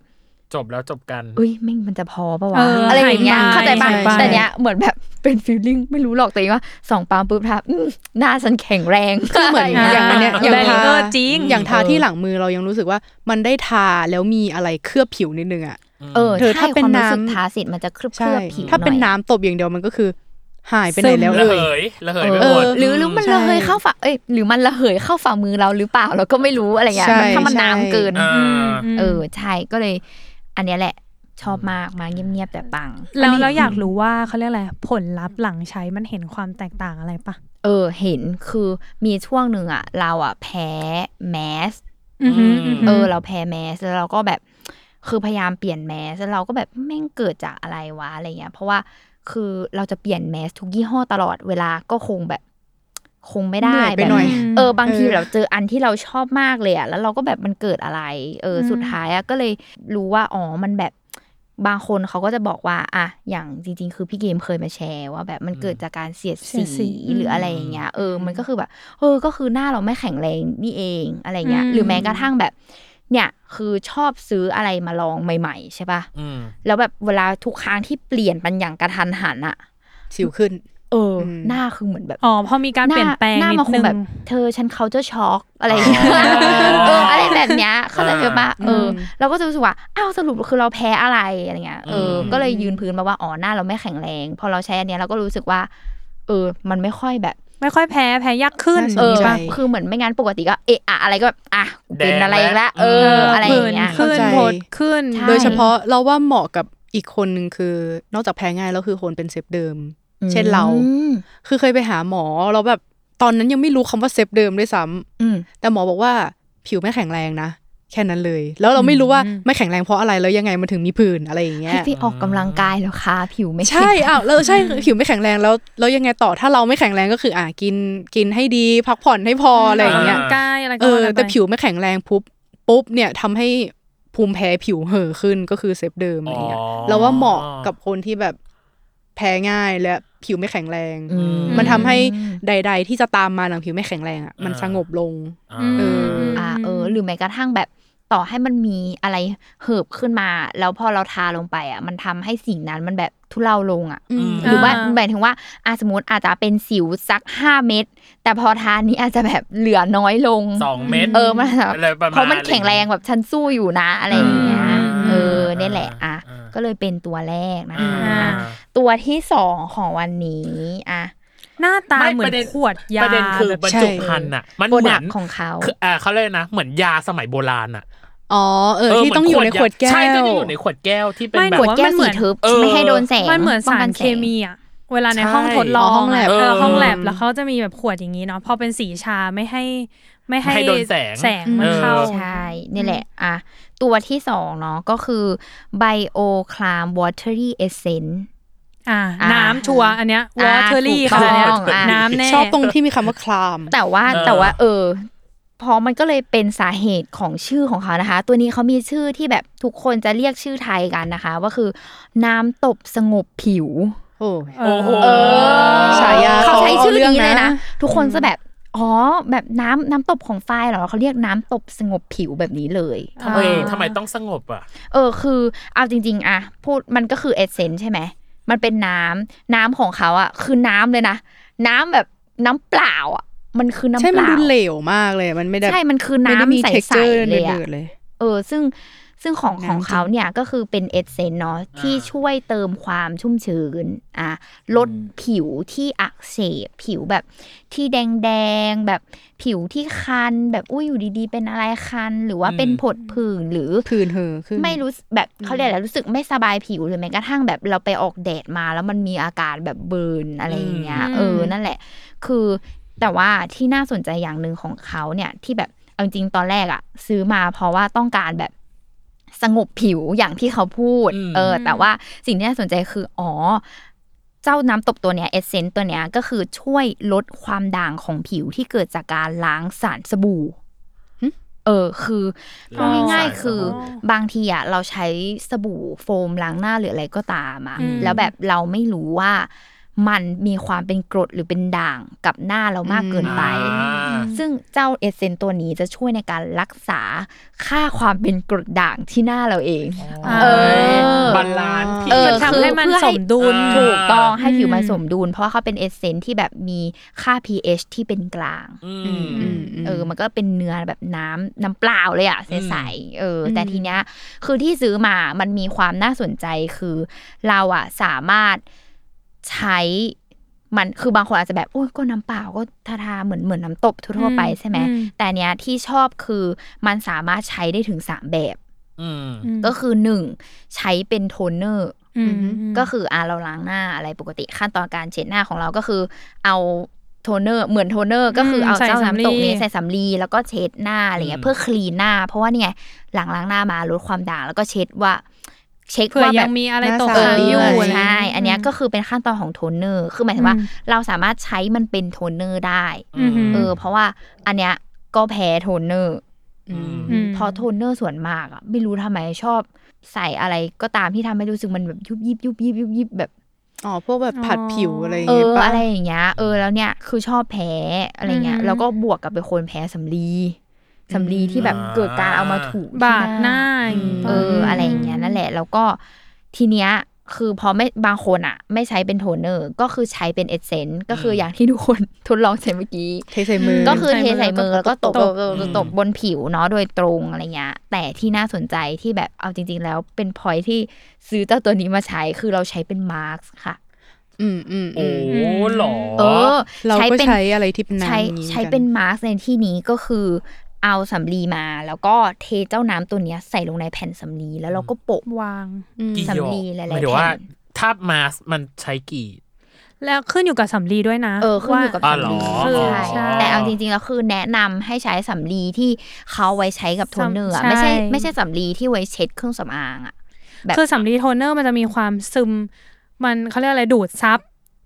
Speaker 5: จบแล้วจบกัน
Speaker 2: อุ้ยแม่งมันจะพอปะวะ
Speaker 3: เอออ
Speaker 2: อะไรอย่างเงี้ย
Speaker 3: หายไป
Speaker 2: เข้าใจปะ
Speaker 4: หายไป
Speaker 2: แต่เนี้ยเหมือนแบบเป็นฟีลลิ่งไม่รู้หรอกแต่ว่าสองปามปุ๊บทับอืมหน้าฉันแข็งแรง
Speaker 4: คือเหมือน
Speaker 3: อ่า
Speaker 4: อย่างอันเนี้ย
Speaker 3: อ่า
Speaker 4: อย่างทา
Speaker 3: เออจริง
Speaker 4: อย่างทาที่หลังมือเรายังรู้สึกว่ามันได้ทาแล้วมีอะไรเคลือบผิวนิดนึงอ่ะ
Speaker 2: เออ
Speaker 4: เธอ
Speaker 2: ใช่
Speaker 4: ถ้าเป็น
Speaker 2: ควมรู้สึก
Speaker 4: น้ำ
Speaker 2: ทาสิทธิ์มันจะเคลือบๆ
Speaker 4: ใช่
Speaker 2: ผิว
Speaker 4: ถ้าเป็น
Speaker 2: หอย
Speaker 4: น้ำตบอย่างเดียวมันก็คือ หายไปไหนแล้ว
Speaker 5: ระ
Speaker 4: เอ่
Speaker 5: เห
Speaker 4: ย
Speaker 5: ยระเหย
Speaker 2: เอ
Speaker 5: ไป
Speaker 2: อ
Speaker 5: หมด
Speaker 2: หรือหรือมัน
Speaker 4: ใช่
Speaker 2: ระเหยเข้าฝ่าเอ้ยหรือมันระเหยเข้าฝ่ามือเราหรือเปล่าเราก็ไม่รู้อะไรเงี้ย
Speaker 4: ใช่
Speaker 2: มันถ้ามัน
Speaker 4: ใช่
Speaker 2: น้ำเกิน
Speaker 5: อ่า
Speaker 2: เออใช่ก็เลย อันเนี้ยแหละ ชอบมากมาเงียบๆแต่ปัง
Speaker 3: แล้วเราอยากรู้ว่าเขาเรียกอะไรผลลัพธ์หลังใช้มันเห็นความแตกต่างอะไรปะ
Speaker 2: เออเห็นคือมีช่วงหนึ่งอ่ะ เราอ่ะแพ้แมส
Speaker 3: อือหืออือหื
Speaker 2: เออเราแพ้แมสแล้วเราก็แบบคือพยายามเปลี่ยนแมสแล้วเราก็แบบแม่งเกิดจากอะไรวะอะไรเงี้ยเพราะว่าคือเราจะเปลี่ยนแมสทุกยี่ห้อตลอดเวลาก็คงแบบ คงไม่ได้
Speaker 4: เหนื่อยไป
Speaker 2: แบบ
Speaker 4: หน่อย
Speaker 2: เออบางที
Speaker 4: เออ
Speaker 2: เราเจออันที่เราชอบมากเลยอะแล้วเราก็แบบมันเกิดอะไร เอออ
Speaker 3: ม
Speaker 2: สุดท้ายอะก็เลยรู้ว่าอ๋อมันแบบบางคนเขาก็จะบอกว่าอะอย่างจริง ๆ คือพี่เกมเคยมาแชร์ว่าแบบมันเกิดจากการเสียดสีหรืออะไรอย่างเงี้ยเออมันก็คือแบบเออก็คือหน้าเราไม่แข็งแรงนี่เองอะไรเงี้ยหรือแม้กระทั่งแบบ เนี่ยคือชอบซื้ออะไรมาลองใหม่ ๆ ใช่ป่ะ
Speaker 5: อืม
Speaker 2: แล้วแบบเวลาทุกครั้งที่เปลี่ยนมันอย่างกระทันหันอะ
Speaker 4: สิวขึ้น
Speaker 2: เอออ
Speaker 4: ม
Speaker 2: หน้าคือเหมือนแบบ
Speaker 3: อ๋อพอมีการ
Speaker 2: ห
Speaker 3: เปลี่ยนแปลง
Speaker 2: หน้า
Speaker 3: นิ
Speaker 2: มั
Speaker 3: ด
Speaker 2: ค
Speaker 3: นึ
Speaker 2: ง
Speaker 3: ง
Speaker 2: แบบเธอฉันเขาจะช็อกอะไรอย่างเงี้ยเอ
Speaker 3: (laughs)
Speaker 2: ออะไรแบบเนี้ยเข้าใจไหมปะเอออ
Speaker 4: ม
Speaker 2: เราก็จะรู้สึกว่าอ้าวสรุปคือเราแพ้อะไรอะไรเงี้ยเอออ
Speaker 5: ม
Speaker 2: ก็เลยยืนพื้นมาว่าอ๋อหน้าเราไม่แข็งแรง พอเราใช้อันเนี้ยเราก็รู้สึกว่า เออ มันไม่ค่อยแบบ
Speaker 3: ไม่ค่อยแพ้แพ้ยากขึ้น
Speaker 4: น่าสนใจ
Speaker 2: เออ
Speaker 3: ใช่ปะ
Speaker 2: คือเหมือนไม่งั้นปกติก็เอะอะอะไรก็แบบอ่ะกูเป็นอะไรอีกแล้วเออ อะไรอย่างเงี้ย
Speaker 4: ผื่
Speaker 3: ขึ้น
Speaker 4: เข้าใจ
Speaker 3: โพดขึ้น
Speaker 2: ใช่
Speaker 4: โดยเฉพาะเราว่าเหมาะกับอีกคนหนึ่งคือ นอกจากแพ้ง่ายแล้วคือคนเป็นเซฟเดิม เช่นเรา
Speaker 2: อืม
Speaker 4: คือเคยไปหาหมอเราแบบตอนนั้นยังไม่รู้คำว่าเซฟเดิมด้วยซ้ำ
Speaker 2: อืม
Speaker 4: แต่หมอบอกว่าผิวไม่แข็งแรงนะ แค่นั้นเลย แล้วเราไม่รู้ว่าไม่แข็งแรงเพราะอะไรแล้วยังไงมันถึงมีผื่นอะไรอย่างเงี้ย
Speaker 2: ให้ไปออกกำลังกายแล้วค่ะผิวไม่
Speaker 4: ใช่ อ้าวแล้วใช่ผิวไม่แข็งแรงแล้วแล้วยังไงต่อถ้าเราไม่แข็งแรงก็คือ อ่ะกินกินให้ดีพักผ่อนให้พออะไรอย่างเงี้ย
Speaker 3: กายอะไรก็
Speaker 4: เออ
Speaker 3: ว่ากันไป
Speaker 4: แต่ผิวไม่แข็งแรงปุ๊บปุ๊บเนี่ยทำให้ภูมิแพ้ผิวเห่อะขึ้นก็คือเซฟเดิมอะไรเงี้ย
Speaker 5: อ๋อ
Speaker 4: เราว่าเหมาะกับคนที่แบบแพ้ง่ายและผิวไม่แข็งแรง
Speaker 2: อืม
Speaker 4: มันทำให้ใด ๆ ที่จะตามมาหลังผิวไม่แข็งแรงอ่ะมันสงบลง
Speaker 5: อ่า
Speaker 3: ม
Speaker 4: เอออื
Speaker 2: อ่าเออหรือแม้กระทั่งแบบต่อให้มันมีอะไรเหิบขึ้นมา แล้วพอเราทาลงไปอ่ะมันทำให้สิ่งนั้นมันแบบทุเลาลงอ่ะ
Speaker 4: อืม
Speaker 2: หรือว่า
Speaker 3: า
Speaker 2: หมายถึงว่าอาสมมติอาจจะเป็นสิวสักห้าเม็ดแต่พอทานนี้อาจจะแบบเหลือน้อยลง
Speaker 5: สองเม็ด
Speaker 2: เออมันแบบ
Speaker 5: อะไรประมาณ
Speaker 2: เพราะมันแข็งแรงแบบฉันสู้อยู่นะอะไรอย่างเงี้ย
Speaker 5: อ่า
Speaker 2: เออเนี่ยแหละอ่ะ
Speaker 5: า
Speaker 2: ก็เลยเป็นตัวแรกนะ
Speaker 5: อ่า
Speaker 2: คะตัวที่สองของวันนี้อ่ะ
Speaker 3: หน้าตา
Speaker 5: ไม่
Speaker 3: เหมือ
Speaker 5: ป
Speaker 3: น
Speaker 5: ระเด็น
Speaker 3: ขวดยา
Speaker 5: ประเด็นคือ
Speaker 3: แบบ
Speaker 5: บรรจุภัณฑ์อ่ะ มัน
Speaker 2: โปร
Speaker 5: เหมื
Speaker 2: ดั
Speaker 5: อก น
Speaker 2: ของเขา
Speaker 5: คืออ่าเขาเลยกนะ เหมือนยาสมัยโบราณอ่ะ
Speaker 4: อ๋อเออที่ต้องอยู่ในขวดแก้ว
Speaker 5: ใช่ที่ต้องอยู่ในขวดแก้วที่เป็น
Speaker 3: ไม่
Speaker 5: แบ
Speaker 3: หนู
Speaker 5: บ
Speaker 3: ว่า
Speaker 2: แก้
Speaker 3: มั
Speaker 2: วนสี
Speaker 3: เหมือน
Speaker 2: ทึบ
Speaker 5: เออ
Speaker 2: ไม่ให้โดนแสง
Speaker 3: มันเหมือน
Speaker 2: ป้ง
Speaker 3: สา
Speaker 2: กั
Speaker 3: ร
Speaker 2: น
Speaker 3: เค
Speaker 2: แง
Speaker 3: มีอ่ะเวลาใน
Speaker 5: ใช่
Speaker 3: ห้องทดลอ
Speaker 4: อ๋อ
Speaker 3: ง
Speaker 4: ห้องแลบ
Speaker 3: ะเออ
Speaker 5: เออ
Speaker 3: ห้องแลบแล้วเขาจะมีแบบขวดอย่างนี้เนาะพอเป็นสีชาไม่ให้ไม่ให้
Speaker 5: ไม่ให้โดนแสง
Speaker 3: แสงมัน
Speaker 5: ออ
Speaker 3: เข้า
Speaker 2: ใช่นี่แหละอ่ะตัวที่สองเนาะก็คือ Bio Clam Watery Essence
Speaker 3: อ่า
Speaker 2: อ่า
Speaker 3: น้ำชัวร์อันเนี้ย
Speaker 2: อ่า
Speaker 3: watery
Speaker 2: ถูก
Speaker 3: ค่ะอันเนี้ย
Speaker 2: ต้องอ่า
Speaker 3: น้ำแน่
Speaker 4: ชอบตรงที่มีคำว่าคลาม
Speaker 2: แต่ว่า
Speaker 5: เออ
Speaker 2: แต่ว่าเออพอมันก็เลยเป็นสาเหตุของชื่อของเขานะคะ ตัวนี้เขามีชื่อที่แบบทุกคนจะเรียกชื่อไทยกันนะคะ ว่าคือ น้ำตบสงบผิว
Speaker 4: โอ้
Speaker 3: เ
Speaker 5: โอ้โห
Speaker 2: เออ
Speaker 4: ฉายา
Speaker 2: เขาใช้ชื่อ
Speaker 4: เอา
Speaker 2: นี้เลย
Speaker 4: เรื่อง
Speaker 2: นะ
Speaker 4: นะ
Speaker 2: ทุกคนจะแบบ อ๋อ แบบน้ำน้ำตบของฝ้ายเหรอเขาเรียกน้ำตบสงบผิวแบบนี้เลย
Speaker 3: อ่า
Speaker 5: เออทำไมต้องสงบอ่ะ
Speaker 2: เออคือเอาจริง ๆอะพูดมันก็คือเอเซนใช่ไหมมันเป็นน้ำน้ำของเขาอะคือน้ำเลยนะ น้ำแบบน้ำเปล่าอะมันคือน้ำ
Speaker 4: ใช่
Speaker 2: เป
Speaker 4: มัน
Speaker 2: ล่า
Speaker 4: ดูเหลวมากเลยมันไม่ได้
Speaker 2: ใช่มันคือ
Speaker 4: ไม่ได้
Speaker 2: น้ำ
Speaker 4: มี
Speaker 2: ใส
Speaker 4: texture
Speaker 2: ๆเลยอะ
Speaker 4: เดือดๆเลย
Speaker 2: เออซึ่งซึ่งของ
Speaker 4: น้ำ
Speaker 2: ของเขาเนี่ยก็คือเป็นเอเซนเนาะที่ช่วยเติมความชุ่มชื้นอ่ะลดผิวที่อักเสบผิวแบบที่แดงแดงๆแบบผิวที่คัน แบบอุ้ยอยู่ดีๆ เป็นอะไรคัน หรือว่าเป็นผดผื่นหรือ
Speaker 4: ผื่นเห่อขึ้น
Speaker 2: ไม่รู้สึกแบบเขาเรียกอะไรรู้สึกไม่สบายผิวหรือแม้กระทั่งแบบเราไปออกแดดมาแล้วมันมีอาการแบบเบิร์นอะไรอย่างเงี้ย
Speaker 3: อืม
Speaker 2: เออนั่นแหละ คือแต่ว่าที่น่าสนใจอย่างหนึ่งของเขาเนี่ยที่แบบเอาจริงๆตอนแรกอะซื้อมาเพราะว่าต้องการแบบสงบผิวอย่างที่เขาพูด
Speaker 5: อืม
Speaker 2: เออ แต่ว่าสิ่งที่น่าสนใจคืออ๋อ เจ้าน้ำตบตัวเนี้ยเอเซนต์ตัวเนี้ยก็คือช่วยลดความด่างของผิวที่เกิดจากการล้างสารสบู่
Speaker 4: หึ
Speaker 2: เออคือพูดง่าย
Speaker 5: ล้งสร
Speaker 2: ๆคือ
Speaker 5: สบู่
Speaker 2: บางทีอะเราใช้สบู่โฟมล้างหน้าหรืออะไรก็ตามอะ
Speaker 3: อืม
Speaker 2: แล้วแบบเราไม่รู้ว่า มันมีความเป็นกรดหรือเป็นด่างกับหน้าเรามากเกินไป
Speaker 5: อ่า
Speaker 2: ซึ่งเจ้าเอเซนตัวนี้จะช่วยในการรักษาค่าความเป็นกรดด่างที่หน้าเราเอง
Speaker 3: อ่า
Speaker 2: เออ
Speaker 5: บาลานซ์ที่
Speaker 2: เออ
Speaker 3: มันทำให้มัน
Speaker 2: คือเพื่อให้
Speaker 3: สมดุล
Speaker 5: อ่า
Speaker 2: ถูกต้องให้ผิวมัน
Speaker 3: อืม
Speaker 2: สมดุล เพราะว่าเขาเป็นเอเซนที่แบบมีค่า pH ที่เป็นกลาง
Speaker 5: อื
Speaker 4: อื
Speaker 5: ม
Speaker 4: มอืมอืม
Speaker 2: เออ มันก็เป็นเนื้อแบบน้ำน้ำเปล่าเลยอะใ
Speaker 5: อืม
Speaker 2: สๆเอออ
Speaker 4: ม
Speaker 2: แต่ทีเนี้ยคือที่ซื้อมามันมีความน่าสนใจคือ เราอะสามารถใช้มันคือบางคนอาจจะแบบโอ้ยก็น้ำเปล่าก็ทาทาๆเหมือนเหมือนน้ำตบทั่วๆไปใช่ไหม
Speaker 3: อืม
Speaker 2: แต่เนี้ยที่ชอบคือมันสามารถใช้ได้ถึงสามแบบ
Speaker 5: อืม
Speaker 2: ก็คือหนึ่งใช้เป็นโทนเนอร์
Speaker 3: อืม
Speaker 2: ก็คืออ่ะเราล้างหน้าอะไรปกติขั้นตอนการเช็ดหน้าของเราก็คือ เอาโทนเนอร์เหมือนโทนเนอร์ก็คือเอา
Speaker 3: ใส่
Speaker 2: เจ้า
Speaker 3: สำลี
Speaker 2: น้ำตกเนี่ยใส่สำลีแล้วก็เช็ดหน้าอะไรเงี้
Speaker 5: อื
Speaker 2: ย
Speaker 5: ม
Speaker 2: เพื่อคลีนหน้า เพราะว่าเนี่ยหลังล้างหน้ามาลดความด่างแล้วก็เช็ดว่า เช็ค
Speaker 3: เผื่อ
Speaker 2: ว่าแบ
Speaker 3: ยั
Speaker 2: บ
Speaker 3: งมีอะไรตก
Speaker 4: เออ
Speaker 3: ค้างอยู่
Speaker 2: เ
Speaker 3: อะไรอย่างเงี้ย
Speaker 2: ใช่อันเนี้ยก็คือเป็นขั้นตอนของโทนเนอร์คือหมายถึงว่า
Speaker 3: อืม
Speaker 2: เราสามารถใช้มันเป็นโทนเนอร์ได้
Speaker 3: อืมอืม
Speaker 2: เออเพราะว่าอันเนี้ยก็แพ้โทนเนอร์
Speaker 4: อืม
Speaker 3: อืม
Speaker 2: เพราะโทนเนอร์ส่วนมากอะไม่รู้ทำไมชอบใส่อะไรก็ตามที่ทำให้รู้สึกมันแบบยุบยิบยุบยิบยุบยิบแบบ
Speaker 4: อ๋อ พวกแบบผัดผิวอะไรอย่าง
Speaker 2: เอ
Speaker 4: เงี้ย
Speaker 2: อ
Speaker 4: ปะ
Speaker 2: อะไรอย่างเงี้ยเออแล้วเนี่ยคือชอบแพ้อะไรเงี้ย
Speaker 3: อืม
Speaker 2: แล้วก็บวกกับเป็นคนแพ้สำลีสำลีที่แบบเกิดการเอามาถูที่
Speaker 3: บาดหน้าอย่างงี้
Speaker 2: เอออะไรอย่างเงี้ยนั่นแหละแล้วก็ทีเนี้ยคือพอไม่บางคนอะไม่ใช้เป็นโทนเนอร์ก็คือใช้เป็นเอเซนต์ก็คืออย่างที่ทุกคน ทดลองใช้เมื่อกี้
Speaker 4: เทใส่มือ
Speaker 2: ก็คือเทใส่มือแล้วก็ตบ
Speaker 3: ตบ
Speaker 2: ตบตบบนผิวเนาะโดยตรงอะไรเงี้ยแต่ที่น่าสนใจที่แบบเอาจริง ๆ แล้วเป็นพอยที่ซื้อเจ้าตัวนี้มาใช้คือเราใช้เป็นมาร์กค่ะ
Speaker 4: อืมอืม
Speaker 5: โอ้
Speaker 4: อืม
Speaker 5: หรอ
Speaker 2: เออ
Speaker 4: เราก็
Speaker 2: ป็น
Speaker 4: ใช้อะไรที่เป็นน้ำ
Speaker 2: ใช้
Speaker 4: อย่างงี้
Speaker 2: ใช้
Speaker 4: กัน
Speaker 2: เป็นมาร์กในที่นี้ก็คือเอาสำลีมา แล้วก็เทเจ้าน้ำตัวเนี้ยใส่ลงในแผ่นสำลีแล้วเราก็โปะ
Speaker 3: วาง
Speaker 5: กี่หยก
Speaker 2: สำลีหลายๆ
Speaker 5: หมายถึงว่า
Speaker 2: แผ่น
Speaker 5: ถ้ามาสมันใช้กี่
Speaker 3: แล้วขึ้นอยู่กับสำลีด้วยนะ
Speaker 2: เออขึ้นอยู่กับ
Speaker 3: ว่า
Speaker 5: อ่ะเหร
Speaker 2: สำ
Speaker 5: อ
Speaker 2: ลี
Speaker 3: อ๋อ
Speaker 2: ใช่
Speaker 3: ใช่
Speaker 2: แต่เอาจริงๆแล้วคือแนะนำให้ใช้สำลีที่เขาไว้ใช้กับโทนเนอร์อะ
Speaker 3: สำ
Speaker 2: ไม่ใช่
Speaker 3: ใช่
Speaker 2: ไม่ใช่สำลีที่ไว้เช็ดเครื่องสำอางอะ แบบ
Speaker 3: คือสำลีโทนเนอร์มันจะมีความซึม มันเขาเรียกอะไรดูดซับ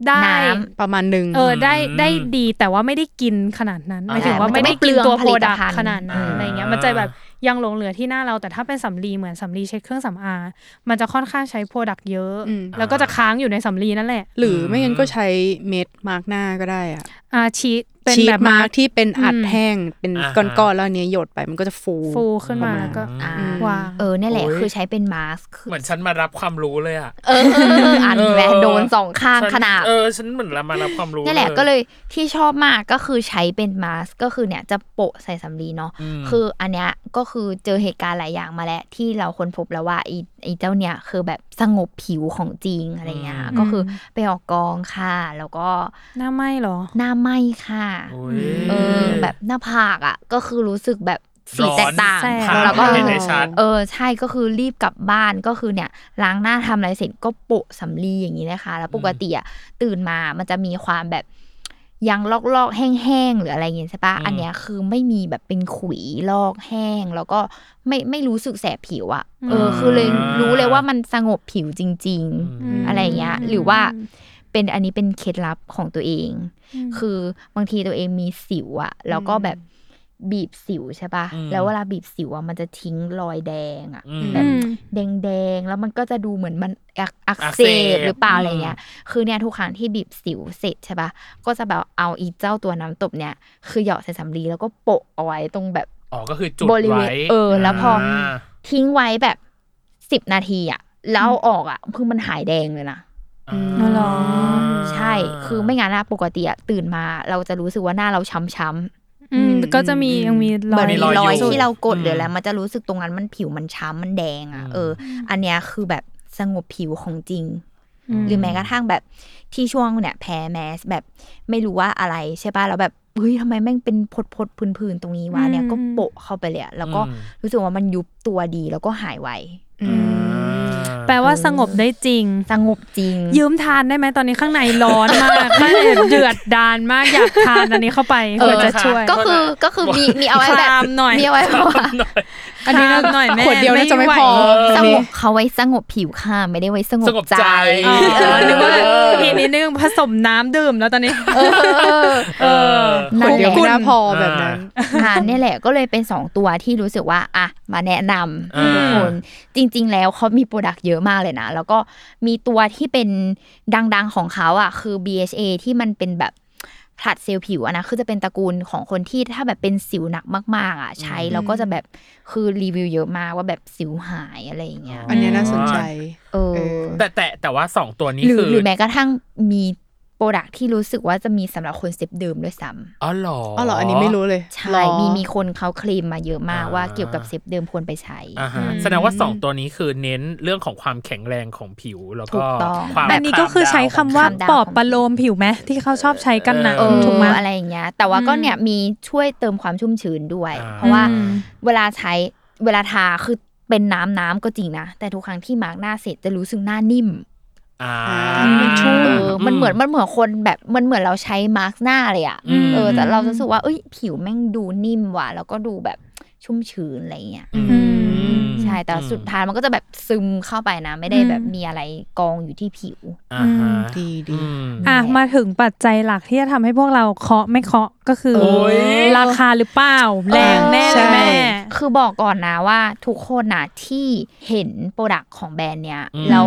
Speaker 3: ได้
Speaker 2: น้
Speaker 4: ประมาณหนึ่ง
Speaker 3: เออได้
Speaker 5: อืม
Speaker 3: ได้ดีแต่ว่าไม่ได้กินขนาดนั้นหมายถึงว่า
Speaker 2: ใช่
Speaker 3: ไม่ได้
Speaker 2: มันจะไม่เปลื
Speaker 3: กิน
Speaker 2: อง
Speaker 3: ตัว
Speaker 2: ผ
Speaker 3: โปร
Speaker 2: ลิต
Speaker 3: ดัก
Speaker 2: ภัณฑ์
Speaker 3: ขนาดนั้น
Speaker 5: อ่า
Speaker 3: อะไรเงี้ยมันจะแบบยังหลงเหลือที่หน้าเราแต่ถ้าเป็นสำลีเหมือนสำลีเช็ดเครื่องสำอางมันจะค่อนข้างใช้โปรดักเยอะ
Speaker 4: อืม
Speaker 3: แล้วก็จะค้างอยู่ในสำลีนั่นแหละ
Speaker 4: หรือไม่งั้นก็ใช้เม็ดมาร์กหน้าก็ได้อะ
Speaker 3: อาชีสเป็น
Speaker 4: ชี
Speaker 3: แบ
Speaker 4: ส
Speaker 3: บ
Speaker 4: มาร์กที่เป็นอัด
Speaker 3: อืม
Speaker 4: แห้งเป็น
Speaker 5: อ่าฮะ
Speaker 4: ก้อนๆแล้วอันเนี้ยหยดไปมันก็จะฟู
Speaker 3: ฟูขึ้นมาแล้วก็
Speaker 2: ำอ่า
Speaker 4: อืม
Speaker 3: วาง
Speaker 2: เออเนี่ยแหละ
Speaker 5: โอ้ย
Speaker 2: คือใช้เป็นมาสก์คือ
Speaker 5: เหมือนฉันมารับความรู้เลยอ่ะ
Speaker 2: เออเออเอออ่าน
Speaker 5: เออ
Speaker 2: แวโดนสองข้าง
Speaker 5: ฉั
Speaker 2: ขนาด
Speaker 5: เออ ฉันเหมือนมารับความรู้
Speaker 2: นี่นแหละก็เลยที่ชอบมากก็คือใช้เป็นมาสก์ก็คือเนี่ยจะโปะใส่สำลีเนาะ
Speaker 5: ม
Speaker 2: คืออันเนี้ยก็คือเจอเหตุการณ์หลายอย่างมาแล้ว ที่เราค้นพบแล้วว่าไอีไอเจ้าเนี่ยคือแบบสงบผิวของจริงอะไรเงี้ย
Speaker 5: อืม
Speaker 2: ก็คือไปออกกองค่ะ แล้วก็
Speaker 3: หน้าไหมเหรอ
Speaker 2: หน้าไหม้ค่ะ
Speaker 5: โอ้ย
Speaker 2: เออแบบหน้าผากอ่ะก็คือรู้สึกแบบสี
Speaker 5: ร้อน
Speaker 2: แตกต่าง
Speaker 3: แสบ
Speaker 2: ค่ะ
Speaker 5: ผ่า
Speaker 2: แล้วก็
Speaker 5: ไม่เห็นได้ชัด
Speaker 2: เออใช่ก็คือรีบกลับบ้านก็คือเนี่ยล้างหน้าทำอะไรเสร็จก็โปะสำลีอย่างนี้นะคะ แล้วปกติอ่ะตื่นมามันจะมีความแบบยังลอกๆแห้งๆหรืออะไรอย่างเงี้ยใช่ปะ
Speaker 5: อืม
Speaker 2: อันเนี้ยคือไม่มีแบบเป็นขุยลอกแห้ง แล้วก็ไม่ไม่รู้สึกแสบผิวอ่ะเออคือเลยรู้เลยว่ามันสงบผิวจริง ๆ
Speaker 3: ม
Speaker 2: อะไรอย่างเงี้ยหรือว่าเป็นอันนี้เป็นเคล็ดลับของตัวเอง คือบางทีตัวเองมีสิวอะแล้วก็แบบบีบสิวใช่ปะ่ะ
Speaker 5: อืม
Speaker 2: แล้วเวลาบีบสิวอะมันจะทิ้งรอยแดงอะ
Speaker 5: อืม
Speaker 2: แบบ
Speaker 3: อืม
Speaker 2: แดงแดงๆแล้วมันก็จะดูเหมือนมันอักอัก
Speaker 5: อัก
Speaker 2: เส
Speaker 5: เสบบ
Speaker 2: หรือเปล่า
Speaker 5: อืม
Speaker 2: อะไรเงี้ยคือเนี่ยทุกครั้งที่บีบสิวเสร็จใช่ปะ่ะก็จะแบบเอาอีเจ้าตัวน้ำตบเนี่ย คือหยอดใส่สำลีแล้วก็โปะเอาไว้ตรงแบบ
Speaker 5: อ๋อก็คือจุด
Speaker 2: บริเวณ
Speaker 5: ไว้
Speaker 2: เออแล้วพออ่
Speaker 5: า
Speaker 2: ทิ้งไว้แบบสิบนาทีอะแล้วเอาออกอะคือมันหายแดงเลยนะ
Speaker 5: อืม
Speaker 3: อ๋อเหรอ
Speaker 2: ใช่ คือไม่งั้นอะปกติอะตื่นมาเราจะรู้สึกว่าหน้าเราช้ำๆ
Speaker 3: อืมก็จะมียังมีร
Speaker 2: เห
Speaker 3: อ
Speaker 2: มือย นมี
Speaker 5: รอย
Speaker 2: รอย
Speaker 5: อยู่
Speaker 2: ที่เรากด
Speaker 5: อืม
Speaker 2: หรืออะไรมันจะรู้สึกตรงนั้นมันผิวมันช้ำมันแดงอ่ะ
Speaker 5: อืม
Speaker 2: เออออันเนี้ยคือแบบสงบผิวของจริง
Speaker 3: อืม
Speaker 2: หรือแม้กระทั่งแบบที่ช่วงเนี่ยแพ้แมสแบบไม่รู้ว่าอะไรใช่ป่ะแล้วแบบเฮ้ยทำไมแม่งเป็นพดพดๆพื้นๆตรงนี้วะเนี่ยก็โปะเข้าไปเลยอะแล้วก็รู้สึกว่ามันยุบตัวดีแล้วก็หายไว
Speaker 5: อืม
Speaker 3: แปลว่าสงบได้จริง
Speaker 2: สงบจริง
Speaker 3: ยืมทานได้ไหมตอนนี้ข้างในร้อนม (laughs) ากข้างในเดือดดานมากอยากทานอันนี้เข้าไป
Speaker 2: เออ
Speaker 3: เพื่อจะช่วย
Speaker 2: ก็คือก็คือมีมีเอาไว้แบบ
Speaker 3: คลามหน่อย
Speaker 2: มีเอาไว้แบบว่า
Speaker 3: อันนี้หน่อยแม่
Speaker 4: ขวดเดียวน่าจะไม่
Speaker 3: หว
Speaker 4: พอ
Speaker 2: สง
Speaker 4: นี่
Speaker 2: บเขาไว้สงบผิวค่ะ ไม่ได้ไว้สงบ
Speaker 5: สงบใจ
Speaker 3: อ๋อ
Speaker 2: เออ
Speaker 3: หรือว่า
Speaker 5: เออ
Speaker 3: อีกนิดนึงผสมน้ำดื่มแล้วตอนนี้
Speaker 5: เออ
Speaker 4: ข
Speaker 2: นั่
Speaker 4: วด
Speaker 2: น
Speaker 4: เดี
Speaker 2: แห
Speaker 4: ยว
Speaker 2: ละ
Speaker 4: ไม่น่าพอแบบนั้น
Speaker 2: อ่าเนี่ยแหละก็เลยเป็นสองตัวที่รู้สึกว่าอ่ะมาแนะนำให้ทุกคนจริง ๆ แล้วเขามีโปรดักต์เยอะมากเลยนะ แล้วก็มีตัวที่เป็นดังๆของเขาอ่ะคือ BHA ที่มันเป็นแบบผลัดเซลล์ผิวอะนะคือจะเป็นตระกูลของคนที่ถ้าแบบเป็นสิวหนักมาก ๆอ่ะใช้แล้วก็จะแบบคือรีวิวเยอะมากว่าแบบสิวหายอะไรอย่างเงี้ย
Speaker 4: อันเนี้ยน่าสนใจ
Speaker 2: เอ
Speaker 4: เอ
Speaker 2: อ
Speaker 4: อ
Speaker 5: แต่แต่แต่ว่าสองตัวนี้
Speaker 2: หรือ
Speaker 5: คือ
Speaker 2: หรือแม้กระทั่งมีโปรดักที่รู้สึกว่าจะมีสำหรับคนเซฟดื่มด้วยซ้ำ
Speaker 5: อ๋อเหรอ
Speaker 4: อ๋
Speaker 5: อ๋
Speaker 4: อเหรออันนี้ไม่รู้เลย
Speaker 2: ใช่
Speaker 4: รอ
Speaker 2: มีมีคนเขาเคลมมาเยอะมาก
Speaker 5: อ่า
Speaker 2: ว่าเกี่ยวกับเซฟดื่มควรไปใช้
Speaker 5: อ่าฮะ
Speaker 3: อืม
Speaker 5: แสดงว่าสองตัวนี้คือเน้นเรื่องของความแข็งแรงของผิวแล้ว
Speaker 2: ถู
Speaker 5: ก็
Speaker 2: กต้อง
Speaker 5: ความ
Speaker 3: อันนี้ก็คือใช้คำว่า
Speaker 2: ความดาว
Speaker 3: ปอบ
Speaker 2: ของ
Speaker 3: ประโลมผิวไหมที่เขาชอบใช้กันนะ
Speaker 2: เออ
Speaker 3: ถูกไหม
Speaker 2: อะไรอย่างเงี้ย แต่ว่าก็
Speaker 3: อืม
Speaker 2: เนี่ยมีช่วยเติมความชุ่มชื้นด้วย
Speaker 5: อ่
Speaker 2: เพราะว่า
Speaker 3: อืม
Speaker 2: เวลาใช้เวลาทาคือเป็นน้ำน้ำก็จริงนะ แต่ทุกครั้งที่มาร์กหน้าเสร็จจะรู้สึกหน้านิ่ม
Speaker 5: อ่า
Speaker 4: มันชุ่ม
Speaker 2: เออมันเหมือนมันเหมือนคนแบบมันเหมือนเราใช้มาร์กหน้าเลยอะ
Speaker 5: อืม
Speaker 2: เออแต่เราจะรู้สึกว่าเอ้ยผิวแม่งดูนิ่มว่ะแล้วก็ดูแบบชุ่มชื้นอะไรเงี้ย
Speaker 5: อืม
Speaker 2: ใช่แต่สุดท้ายมันก็จะแบบซึมเข้าไปนะ ไม่ได้แบบ
Speaker 3: อืม
Speaker 2: มีอะไรกองอยู่ที่ผิว
Speaker 5: อ่าฮะ
Speaker 4: ดีดี
Speaker 5: อืม
Speaker 3: อ่ะ
Speaker 2: แหละ
Speaker 3: มาถึงปัจจัยหลักที่จะทำให้พวกเราเคาะไม่เคาะก็คือ
Speaker 5: โอ้ย
Speaker 3: ราคาหรือเปล่าแรงแน่
Speaker 4: ใช่
Speaker 3: เลยแม่
Speaker 2: คือบอกก่อนนะว่าทุกคนนะที่เห็นโปรดักต์ของแบรนด์เนี้ย
Speaker 5: อืม
Speaker 2: แล้ว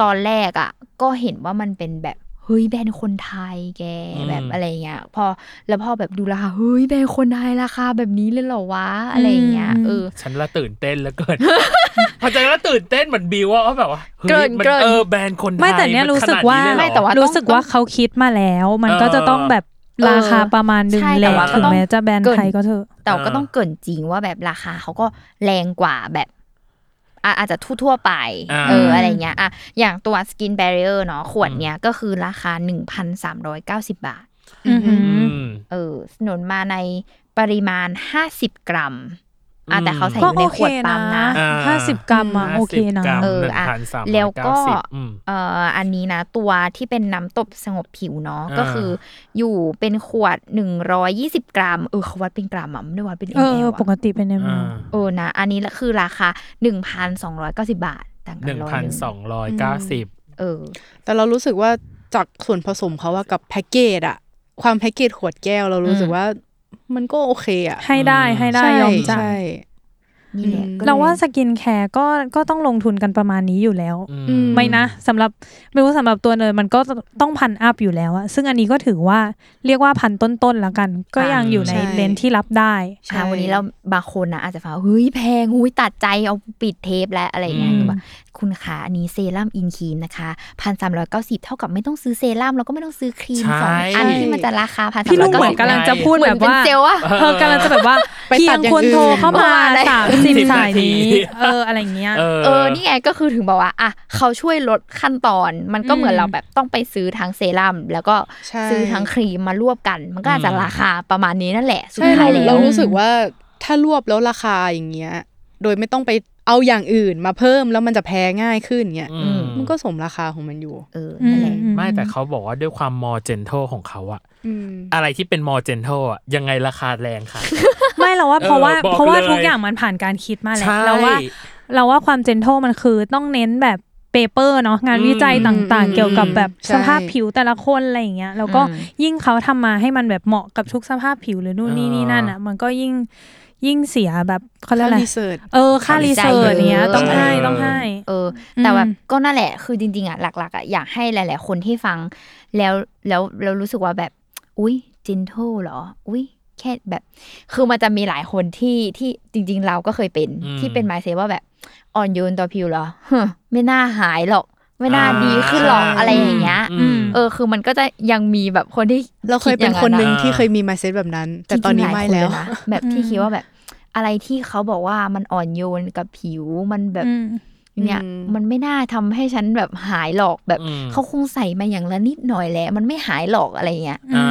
Speaker 2: ตอนแรกอ่ะก็เห็นว่ามันเป็นแบบเฮ้ยแบรนด์คนไทยแก
Speaker 5: อืม
Speaker 2: แบบอะไรเงี้ยพอแล้วพอแบบดูราคาเฮ้ยแบรนด์คนไทยราคาแบบนี้เลยเหรอวะอะไรเงี้ย
Speaker 3: อืม
Speaker 2: เออ
Speaker 5: ฉันละตื่นเต้นแล้วเกิน (laughs) พอใจแล้วตื่นเต้นเหมือนบิวว่าแบบว่าฮ้ย
Speaker 2: เกริ่น
Speaker 5: มั
Speaker 2: เกริ่น
Speaker 5: เออแบรนด์คนไทย
Speaker 3: ไม่แต่เนี้ย
Speaker 5: มั
Speaker 3: รู้สึก
Speaker 5: ขน
Speaker 3: ว่า
Speaker 5: ดนี้เลยเหรอ
Speaker 2: ไม่แต่ว่า
Speaker 3: รู้สึกว่าเขาคิดมาแล้ว มันก็จะต้องแบบราคาประมาณหนึ่ง
Speaker 2: ใช่
Speaker 3: แห
Speaker 2: แต่
Speaker 3: ละ
Speaker 2: ว่าก็
Speaker 3: ถึง
Speaker 2: ต้อง
Speaker 3: แม้จะแบรนด์
Speaker 2: เกิน
Speaker 3: ไทยก็เถอะ
Speaker 2: แต่ก็
Speaker 5: อ่า
Speaker 2: ต้องเกรินจริงว่าแบบราคาเขาก็แรงกว่าแบบอ่ะอาจจะทั่วๆไป
Speaker 5: อ่า
Speaker 2: เอออะไรเงี้ยอ่ะอย่างตัว Skin Barrier เนาะขวดเนี้ยก็คือราคา 1,390 บาท
Speaker 3: อือหือ
Speaker 5: อืม
Speaker 2: เออสนุนมาในปริมาณ 50 กรัมอ่ะแต่เขาใส่อ
Speaker 3: ก็
Speaker 2: ยู่
Speaker 3: โอ
Speaker 2: ในข
Speaker 3: เคว
Speaker 2: ดปั๊มนะ
Speaker 3: นะ
Speaker 5: อ่า
Speaker 3: ห้าสิบกรัมอะโอเคนะ
Speaker 5: 50กรัม
Speaker 2: เออ
Speaker 5: หนึ่ง
Speaker 2: อ่ะ
Speaker 5: พันสามร้อย
Speaker 2: แล้วก็
Speaker 5: เาสิบอืม
Speaker 2: เอ่ออันนี้นะ ตัวที่เป็นน้ำตบสงบผิวเนาะ
Speaker 5: อ่า
Speaker 2: ก็คืออยู่เป็นขวด 120 กรัม เออเขาวัดเป็นกรัมอ่ะไม่ได้วัดเป็น
Speaker 3: เอ
Speaker 2: ml
Speaker 3: อ
Speaker 2: อะ
Speaker 3: ปกติเป็นเอ็ม
Speaker 5: อ่า
Speaker 2: เออนะ อันนี้ละคือราคา 1,290 บาท ต่างกัน
Speaker 5: หนึ่ง
Speaker 2: ร้อย
Speaker 5: พัน
Speaker 2: หนึ่ง
Speaker 5: สองร้อยเก้าสิบ
Speaker 2: เออ
Speaker 4: แต่เรารู้สึกว่าจากส่วนผสมเขาว่ากับแพ็กเกจอะความแพ็กเกจขวดแก้วเรารู้สึกว่า มันก็โอเคอะ
Speaker 3: ให้ได้ให้ได้
Speaker 4: ใช่
Speaker 3: ยอมจ่า
Speaker 4: ใช่
Speaker 3: ย
Speaker 2: นี่แหละ
Speaker 4: อืม
Speaker 2: ก็ลย
Speaker 3: เราว่าสกินแคร์ก็ก็ต้องลงทุนกันประมาณนี้อยู่แล้ว
Speaker 4: อืม
Speaker 3: ไม่นะสำหรับไม่รู้สำหรับตัวเนยมันก็ต้องพันอัพอยู่แล้วอะซึ่งอันนี้ก็ถือว่าเรียกว่าพันต้นๆแล้วกัน ก็ยังอยู่ใน
Speaker 4: ใช่
Speaker 3: เลนส์ที่รับได้
Speaker 2: อ่ะวันนี้เราบางคนนะอาจจะฟังว่าเฮ้ยแพงหุ้ยตัดใจเอาปิดเทปแล้วอะไรอย่างเงี้ย
Speaker 5: อืม
Speaker 2: คือแบบคุณขาอันนี้เซรั่มอินครีมนะคะพันสามร้อยเก้าสิบเท่ากับไม่ต้องซื้อเซรั่มแล้วก็ไม่ต้องซื้อครีม
Speaker 5: ใช่
Speaker 2: สองอันที่มันจะราคาพัน
Speaker 3: พี่
Speaker 2: สามร้
Speaker 3: ลู
Speaker 2: อก ยเก้าสิบ
Speaker 3: เหมือนกำลังจะพูด
Speaker 2: เหมื
Speaker 3: แบ
Speaker 2: อน
Speaker 3: บ
Speaker 2: เป็น
Speaker 3: ว่า
Speaker 2: เซลล์อะ
Speaker 3: เออกำลังจะแบบว่า
Speaker 4: ไป
Speaker 3: เพี
Speaker 4: ตั
Speaker 3: ย
Speaker 4: ด
Speaker 3: ง
Speaker 4: อย่างอื่น
Speaker 3: ควรโทรเข้า
Speaker 2: ป
Speaker 3: มา
Speaker 2: ระมาณนั้น
Speaker 3: สามสิบ
Speaker 5: สิบ
Speaker 3: สายนี้
Speaker 5: นาที
Speaker 3: เอออะไรอย่างเงี้ย
Speaker 5: เออ
Speaker 2: เออ นี่ไงก็คือถึงบอกว่าอ่ะเขาช่วยลดขั้นตอน มันก็เหมือน
Speaker 3: อืม
Speaker 2: เราแบบต้องไปซื้อทั้งเซรั่มแล้วก็
Speaker 4: ใช่
Speaker 2: ซื้อทั้งครีมมารวบกัน มันก็อาจจะ
Speaker 5: อืม
Speaker 2: ราคาประมาณนี้นั่นแหละสุด
Speaker 4: ใช่
Speaker 2: ท้าย
Speaker 4: เรา
Speaker 2: แล้
Speaker 4: เรา
Speaker 2: ว
Speaker 4: รู้สึกว่าถ้ารวบแล้วราคาอย่างเงี้ย โดยไม่ต้องไปเอาอย่างอื่นมาเพิ่มแล้วมันจะแพ้ง่ายขึ้นเงี้ย
Speaker 5: อืม
Speaker 4: มันก็สมราคาของมันอยู่
Speaker 2: เออ
Speaker 3: อื
Speaker 2: นั่
Speaker 3: ม
Speaker 2: นแหละ
Speaker 3: อื
Speaker 5: ไม่แต่เขาบอกว่าด้วยความมอเจน t ทของเขาอะ
Speaker 4: อืม
Speaker 5: อะไรที่เป็นมอเจน t ทอะยังไงราคาแรงค่ะ
Speaker 3: ไม่เราว่าเพราะว่า
Speaker 5: เออบอก
Speaker 3: เพราะว่า
Speaker 5: เลย
Speaker 3: ทุกอย่างมันผ่านการคิดมาแล้ว
Speaker 5: ใช่
Speaker 3: เราว่า เราว่าความเจน t ทมันคือต้องเน้นแบบเปเปอร์เนาะงานวิจัยต่าง
Speaker 4: อืม
Speaker 3: ๆเกี่ยวกับแบบ
Speaker 4: ใช่
Speaker 3: สภาพผิวแต่ละคนอะไรอย่างเงี้ยแล้วก็ยิ่งเขาทำมาให้มันแบบเหมาะกับทุกสภาพผิวหรือนู่นนี่นี่นั่นอ่ะ มันก็ยิ่งยิ่งเสียแบบเขาเรียกอะไร
Speaker 4: รีเสิร์ช
Speaker 3: เออ ค่ารีเสิร์ชเนี้ยต้องให้
Speaker 5: เออ
Speaker 3: ต้องให้
Speaker 2: เออ แต่
Speaker 3: อืม
Speaker 2: แบบก็นั่นแหละ คือจริงๆอ่ะหลักๆอ่ะอยากให้หลาย ๆ คนที่ฟัง แล้วแล้วเรารู้สึกว่าแบบ อุ้ยจินโทเหรอ อุ้ยแค่แบบ คือมันจะมีหลายคนที่ที่จริง ๆ เราก็เคยเป็น
Speaker 5: อืม
Speaker 2: ที่เป็นไมเซว่าแบบอ่อนโยนต่อผิวเหรอฮะไม่น่าหายหรอก ไม่น่า
Speaker 5: อ่า
Speaker 2: ดีขึ้นหรอกอะไรอย่างเงี้ย
Speaker 5: อืม
Speaker 2: เออ คือมันก็จะยังมีแบบคนที่
Speaker 4: เราเคยเป็น
Speaker 2: ดอาง
Speaker 4: คนหนึ่ง
Speaker 5: อ่า
Speaker 4: ที่เคยมีมาเซ็ตแบบนั้น แต่ตอนนี้
Speaker 2: จริงๆ
Speaker 4: ไม่
Speaker 2: หายคน
Speaker 4: แล้ว
Speaker 2: เยนะแบบที่คิดว่าแบบ อะไรที่เขาบอกว่ามันอ่อนโยนกับผิวมันแบบ
Speaker 3: อืม
Speaker 2: เนี่ย
Speaker 4: อืม
Speaker 2: มันไม่น่าทำให้ฉันแบบหายหรอกแบบ
Speaker 5: อืม
Speaker 2: เขาคงใส่มาอย่างละนิดหน่อยแหละมันไม่หายหรอกอะไรเงี้ย
Speaker 5: อ่า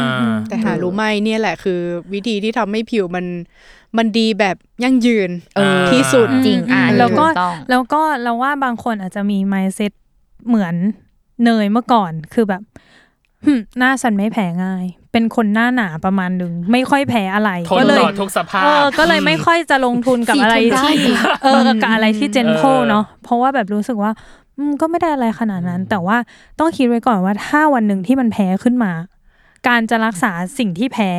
Speaker 4: แต่หารู้ไหมเนี่ยแหละคือ วิธีที่ทำให้ผิวมันมันดีแบบยั่งยืน
Speaker 5: เออ
Speaker 4: ที่สุด
Speaker 2: จริง
Speaker 3: อืม
Speaker 2: อ่ะ
Speaker 4: เออ
Speaker 3: แล้วก็
Speaker 2: ถูต้อง
Speaker 3: แล้วก็เราว่าบางคนอาจจะมี mindset เหมือนเนยเมื่อก่อนคือแบบหึหน้าฉันไม่แผลง่าย เป็นคนหน้าหนาประมาณหนึ่งไม่ค่อยแพ้อะไร
Speaker 5: ทน
Speaker 3: ก็เล
Speaker 5: ต่
Speaker 3: ย
Speaker 5: อทุกสภา
Speaker 3: เออ
Speaker 5: พ
Speaker 3: ก็เลยไม่ค่อยจะลงทุนกับอะไรที่เออกับอะไรที่เจนโค
Speaker 5: เออ
Speaker 3: เนาะเพราะว่าแบบรู้สึกว่าอืมก็ไม่ได้อะไรขนาดนั้น แต่ว่าต้องคิดไว้ก่อนว่าถ้าวันหนึ่งที่มันแพ้ขึ้นมา การจะรักษาสิ่งที่แพ้